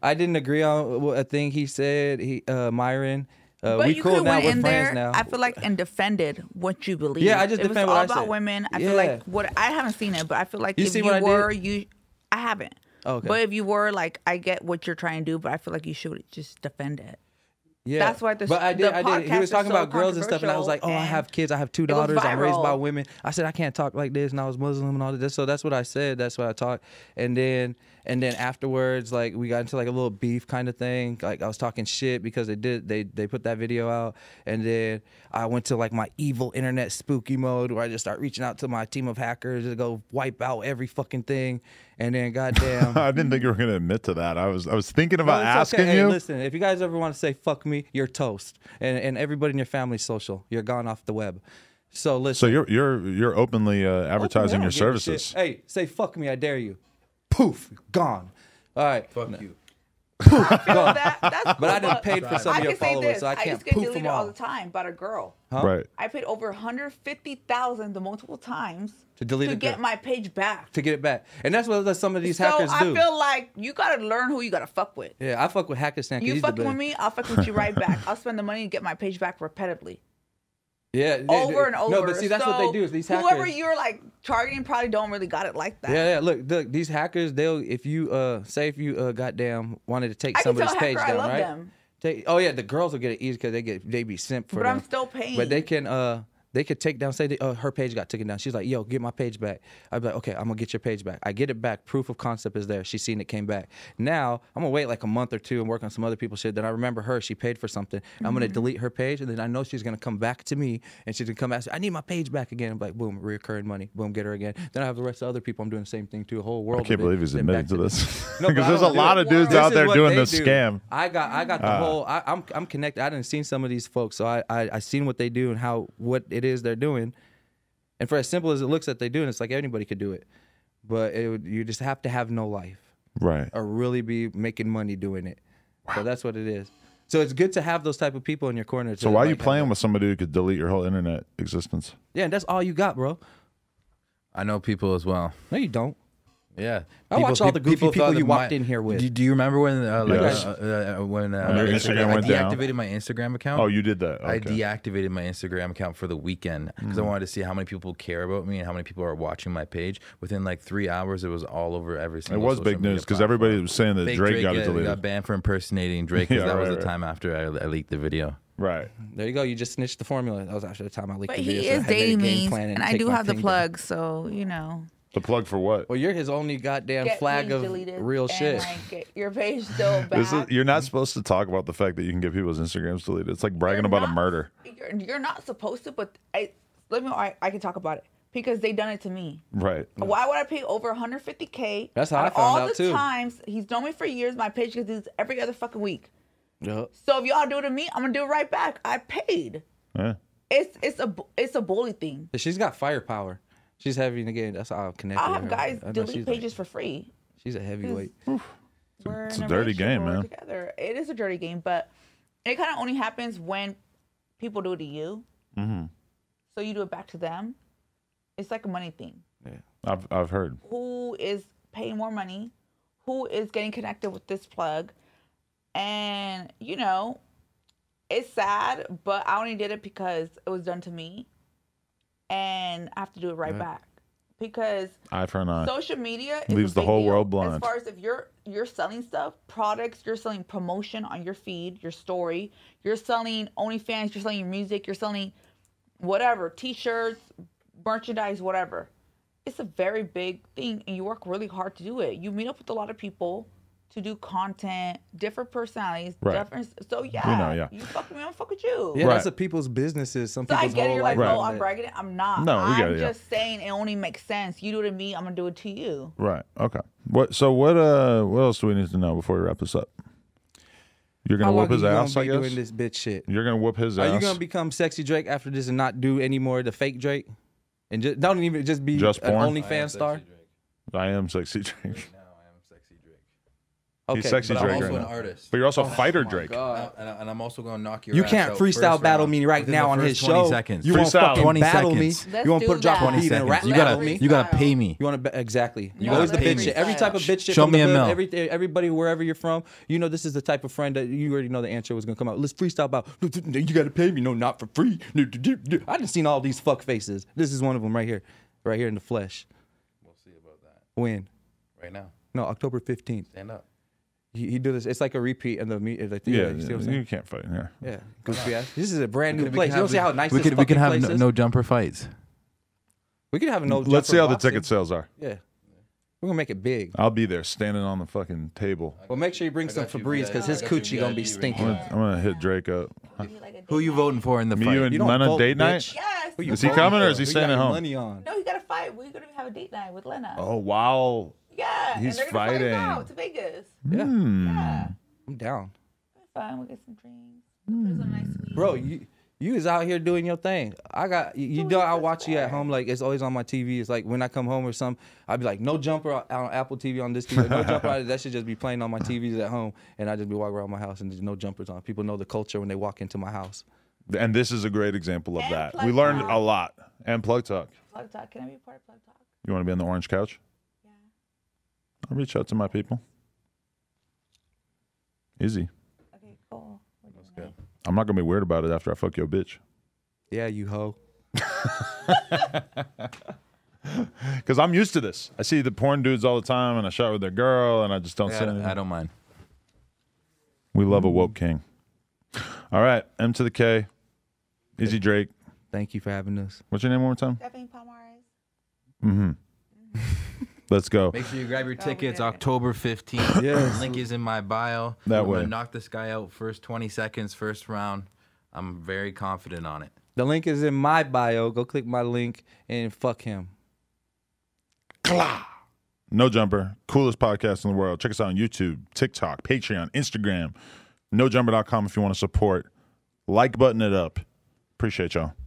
C: I didn't agree on what- a thing he said. He uh, Myron. Uh,
E: but
C: we
E: you
C: cool
E: could
C: now.
E: went
C: We're
E: in
C: friends
E: there.
C: now.
E: I feel like and defended what you believe.
C: Yeah, I just
E: If it's
C: defend what
E: all
C: I
E: about
C: said.
E: women. I
C: Yeah.
E: feel like what I haven't seen it, but I feel like
C: You
E: if
C: seen
E: you
C: what I did? Oh,
E: were you, I haven't.
C: Okay.
E: But if you were like, I get what you're trying to do, but I feel like you should just defend it.
C: yeah,
E: that's why the-
C: But I did.
E: the
C: I did. He
E: podcast
C: was
E: is
C: talking
E: so
C: about girls and stuff, and I was like, "Oh, I
E: controversial
C: have
E: and
C: kids. I have two
E: it was
C: daughters. I'm raised by
E: viral.
C: women." I said, "I can't talk like this," and I was Muslim and all of this. So that's what I said. That's what I talked. And then, and then afterwards, like we got into like a little beef kind of thing. Like I was talking shit because they did. They they put that video out, and then I went to like my evil internet spooky mode where I just start reaching out to my team of hackers to go wipe out every fucking thing. And then, goddamn.
A: I didn't think you were going to admit to that. I was I was thinking
C: No,
A: about
C: Oh, it's
A: asking
C: okay. Hey,
A: you.
C: listen, if you guys ever want to say "fuck me," you're toast, and and everybody in your family's social. You're gone off the web. So listen.
A: So you're you're you're openly uh, advertising
C: Oh,
A: your
C: I don't give a shit.
A: services.
C: Hey, say "fuck me," I dare you. Poof, gone. All right. Fuck you.
E: Well, that- that's cool,
C: I done paid for some of
E: I
C: your
E: can say
C: followers,
E: this,
C: so I can't
E: used to get
C: poof 'em
E: deleted all
C: all.
E: the time by a girl.
A: Right.
E: I paid over 150,000 the multiple times
C: To delete a girl.
E: get my page back.
C: To get it back, and that's what some of these
E: so
C: hackers
E: I
C: do.
E: feel like you gotta learn who you gotta fuck with.
C: yeah, I fuck with Hackerstan. 'cause
E: You
C: he's the
E: fucking with
C: best.
E: me, I'll fuck with you right back. I'll spend the money and get my page back repetitively.
C: Yeah, they- they-
E: Over and over.
C: No, but see, that's what they
E: So
C: do. Is these hackers.
E: whoever you're like targeting probably don't really got it like that.
C: yeah, yeah. Look, look, these hackers. They'll if you uh say if you uh goddamn wanted to take
E: I can
C: somebody's
E: tell
C: page
E: hacker I
C: down,
E: love
C: right?
E: them.
C: They, oh yeah, the girls will get it easy because they get they be simp for
E: But
C: them.
E: I'm still paying.
C: But they can uh they could take down say they, uh, her page got taken down. She's like, yo, get my page back. I'd be like, okay, I'm gonna get your page back. I get it back. Proof of concept is there. She's seen it came back. Now I'm gonna wait like a month or two and work on some other people's shit. Then I remember her. She paid for something. I'm
E: Mm-hmm.
C: gonna delete her page and then I know she's gonna come back to me and she's gonna come back. and say, I need my page back again. I'm like, boom, reoccurring money. Boom, get her again. Then I have the rest of other people. I'm doing the same thing to a whole world.
A: I can't
C: of it.
A: believe he's
C: Then
A: admitting
C: back
A: to
C: me.
A: this
C: No, but
A: because
C: I
A: there's a
C: don't do
A: lot
C: it.
A: of dudes
C: This
A: out
C: is
A: there
C: what
A: doing
C: they
A: this
C: do.
A: scam. Uh.
C: I got I got the whole I, I'm I'm connected. I didn't seen some of these folks, so I, I I seen what they do and how what it is they're doing. And for as simple as it looks that they do, and it's like anybody could do it, but it, would- you just have to have no life
A: Right.
C: or really be making money doing it. So that's what it is. So it's good to have those type of people in your corner.
A: So why are you playing with somebody who could delete your whole internet existence?
C: Yeah, and that's all you got, bro.
B: I know people as well.
C: No, you don't.
B: Yeah,
C: I watch all the goofy people
B: thought
C: you
B: that
C: walked in here with.
B: Do, do you remember when, uh, like,
A: Yes.
B: uh, uh, uh, when, uh,
A: your Instagram
B: I
A: went down?
B: deactivated my Instagram account?
A: Oh, you did that.
B: I
A: Okay. Mm.
B: deactivated my Instagram account for the weekend because I wanted to see how many people care about me and how many people are watching my page. Within like three hours, it was all over every
A: It
B: single.
A: was
B: social
A: big
B: media
A: news because
B: platform.
A: everybody was saying that
B: Big
A: Drake, got
B: yeah,
A: it deleted.
B: got banned for impersonating Drake because
A: Yeah,
B: that was
A: right,
B: the
A: right.
B: time after I, I leaked the video.
A: right.
C: There you go. You just snitched the formula. That was actually the time I leaked
E: But
C: the
E: he
C: video, so I
E: is
C: had made a
E: dating
C: game
E: me,
C: plan
E: and I
C: take
E: do
C: my
E: have the
C: thing down.
E: plug, so you know.
A: The plug for what?
C: Well, you're his only goddamn
E: Get
C: flag
E: me
C: of
E: deleted
C: real
E: and,
C: shit.
E: like, get your page still back.
A: This is, you're not supposed to talk about the fact that you can get people's Instagrams deleted. It's like bragging
E: You're
A: about a
E: not-
A: murder.
E: You're, you're not supposed to, but I let me. I, I can talk about it because they done it to me.
A: Right.
E: Why would I pay over 150k?
C: That's how
E: out
C: I
E: of
C: found
E: all
C: out,
E: the
C: too.
E: times he's known me for years. My page gets these every other fucking week.
C: Yup.
E: So if y'all do it to me, I'm gonna do it right back. I paid.
A: Yeah.
E: It's it's a bu- it's a bully thing.
C: She's got firepower. She's heavy to get. That's how I connect.
E: I
C: with
E: have
C: her.
E: guys
C: I know she's
E: delete
C: like-
E: pages for free.
C: she's a heavyweight.
E: We're
A: it's
E: in
A: a dirty
E: relationship
A: game,
E: where we're
A: man.
E: Together, it is a dirty game, but it kind of only happens when people do it to you.
C: Oh.
A: Mm-hmm.
E: So you do it back to them. It's like a money thing.
A: I've I've heard.
E: who is paying more money, who is getting connected with this plug. And, you know, it's sad, but I only did it because it was done to me. And I have to do it right back. Because
A: Eye for an eye.
E: social media is a
A: Uh, Leaves the
E: big
A: whole
E: deal
A: world blind.
E: As far as if you're you're selling stuff, products, you're selling promotion on your feed, your story, you're selling OnlyFans, you're selling your music, you're selling whatever, t-shirts, merchandise, whatever. It's a very big thing, and you work really hard to do it. You meet up with a lot of people to do content, different personalities,
A: Right.
E: different. So yeah,
A: know, yeah.
E: you fuck with me, I fuck with you.
C: Yeah, that's
A: Right.
C: a people's businesses. Some
E: So I
C: people's
E: get it.
C: whole
E: You're like,
C: life.
E: oh,
C: is
E: I'm
C: that.
E: bragging. I'm not.
A: No, we get
E: I'm
A: it, yeah.
E: just saying it only makes sense. You do it to me, I'm gonna do it to you.
A: Right. Okay. What? So what? Uh, what else do we need to know before we wrap this up? You're
C: How
A: gonna
C: long
A: whoop his
C: you gonna
A: ass,
C: be
A: I guess.
C: Doing this bitch shit.
A: You're gonna whoop his
C: Are
A: ass.
C: you gonna become sexy Drake after this and not do any more of the fake Drake? And just don't even just be
A: Just
C: an
A: porn?
C: OnlyFans star.
A: I am sexy Drake,
B: Now I am sexy Drake.
C: Okay,
A: sexy
C: but
A: Drake
C: I'm
A: right
C: also- Oh
A: now.
B: artist.
A: but you're also fighter Drake.
B: God. And, I, am also gonna knock your.
C: You can't freestyle battle me right now on his show.
F: Seconds.
C: You won't
A: Freestyle.
C: fucking
F: 20
C: battle
F: seconds.
C: me.
E: Let's
C: you won't
E: do
C: put drop
E: that.
C: on
F: 20
C: me and
F: seconds.
C: rap
F: You
C: battle
F: gotta,
C: me.
F: you gotta pay me.
C: You want to exactly?
E: No,
C: Always the
E: let's
C: bitch shit. Every
E: freestyle.
C: type of bitch shit.
F: Show
C: from
F: me
C: the
F: a
C: hood,
F: mill.
C: Every, everybody, wherever you're from, you know this is the type of friend that you already know the answer was gonna come out. Let's freestyle about. "No, no, no, You gotta pay me. No, not for free. No, do, do, do." I done seen all these fuck faces. This is one of them right here, right here in the flesh. We'll see about that. When?
B: right now.
C: No, October fifteenth.
B: Stand up.
C: He, he did this. It's like a repeat of the meet. Like, the-
A: Yeah,
C: you see what I'm
A: you
C: saying?
A: can't fight in here.
C: Yeah, goofy ass. This is a brand new
F: We
C: place.
F: could
C: You don't
F: have-
C: see how nice
F: we
C: this
F: could, we could
C: fucking
F: have
C: place
F: no,
C: is?
F: no jumper fights.
C: We could have no.
A: Let's see
C: jumper
A: how the
C: boxing.
A: ticket sales are.
C: Yeah, we're gonna make it big.
A: I'll be there, standing on the fucking table.
C: Well, make sure you bring some Febreze because his coochie gonna be
A: I'm
C: stinking.
A: gonna, I'm gonna hit Drake up.
F: Who you voting for in the
A: Me,
F: fight?
A: you, and
C: You don't
A: Lena
C: vote,
A: date night.
C: bitch.
E: Yes.
C: Who you
A: Is he
C: voting
A: coming or
C: for?
A: is he
C: Who you
A: staying
C: got
A: at
C: your
A: home?
C: Money on.
E: No, you gotta fight. We're gonna have a date night with Lena.
A: Oh wow.
E: yeah,
A: he's
E: and they're gonna
A: fighting.
E: Fly us out to Vegas.
C: Yeah,
A: Hmm.
E: Yeah,
C: I'm down,
E: fun. We'll get some drinks. There's a nice week.
C: bro. You you is out here doing your thing. I got you, you know I watch you at home like it's always on my TV. It's like when I come home or something, I'd be like no jumper on on Apple TV on this TV. No jumper. on- that should just be playing on my TVs at home, and I just be walking around my house and there's no jumpers on. People know the culture when they walk into my house.
A: And this is a great example of
E: And
A: that.
E: Plug
A: We learned
E: Talk.
A: a lot. And plug talk.
E: Plug talk. Can I be a part of plug talk?
A: You want to be on the orange couch?
E: Yeah.
A: I'll reach out to my people. Easy.
E: Okay. Cool. We're doing it.
A: I'm not gonna be weird about it after I fuck your bitch,
C: Yeah, you hoe.
A: because I'm used to this. I see the porn dudes all the time, and I shot with their girl, and I just don't
F: Yeah,
A: say
F: I, don't,
A: anything.
F: I don't mind.
A: We love a woke king. All right, M to the K, Easy Drake.
C: Thank you for having us.
A: What's your name one more time?
E: Stephanie Palmares.
A: Mm-hmm. Let's go.
F: Make sure you grab your tickets.
E: did it.
F: October 15th.
C: Yes.
F: Link is in my bio.
A: That
F: I'm
A: way.
F: gonna knock this guy out first 20 seconds, first round. I'm very confident on it.
C: The link is in my bio. Go click my link and fuck him.
A: No Jumper, coolest podcast in the world. Check us out on YouTube, TikTok, Patreon, Instagram, nojumper.com if you want to support. Like button it up. Appreciate y'all.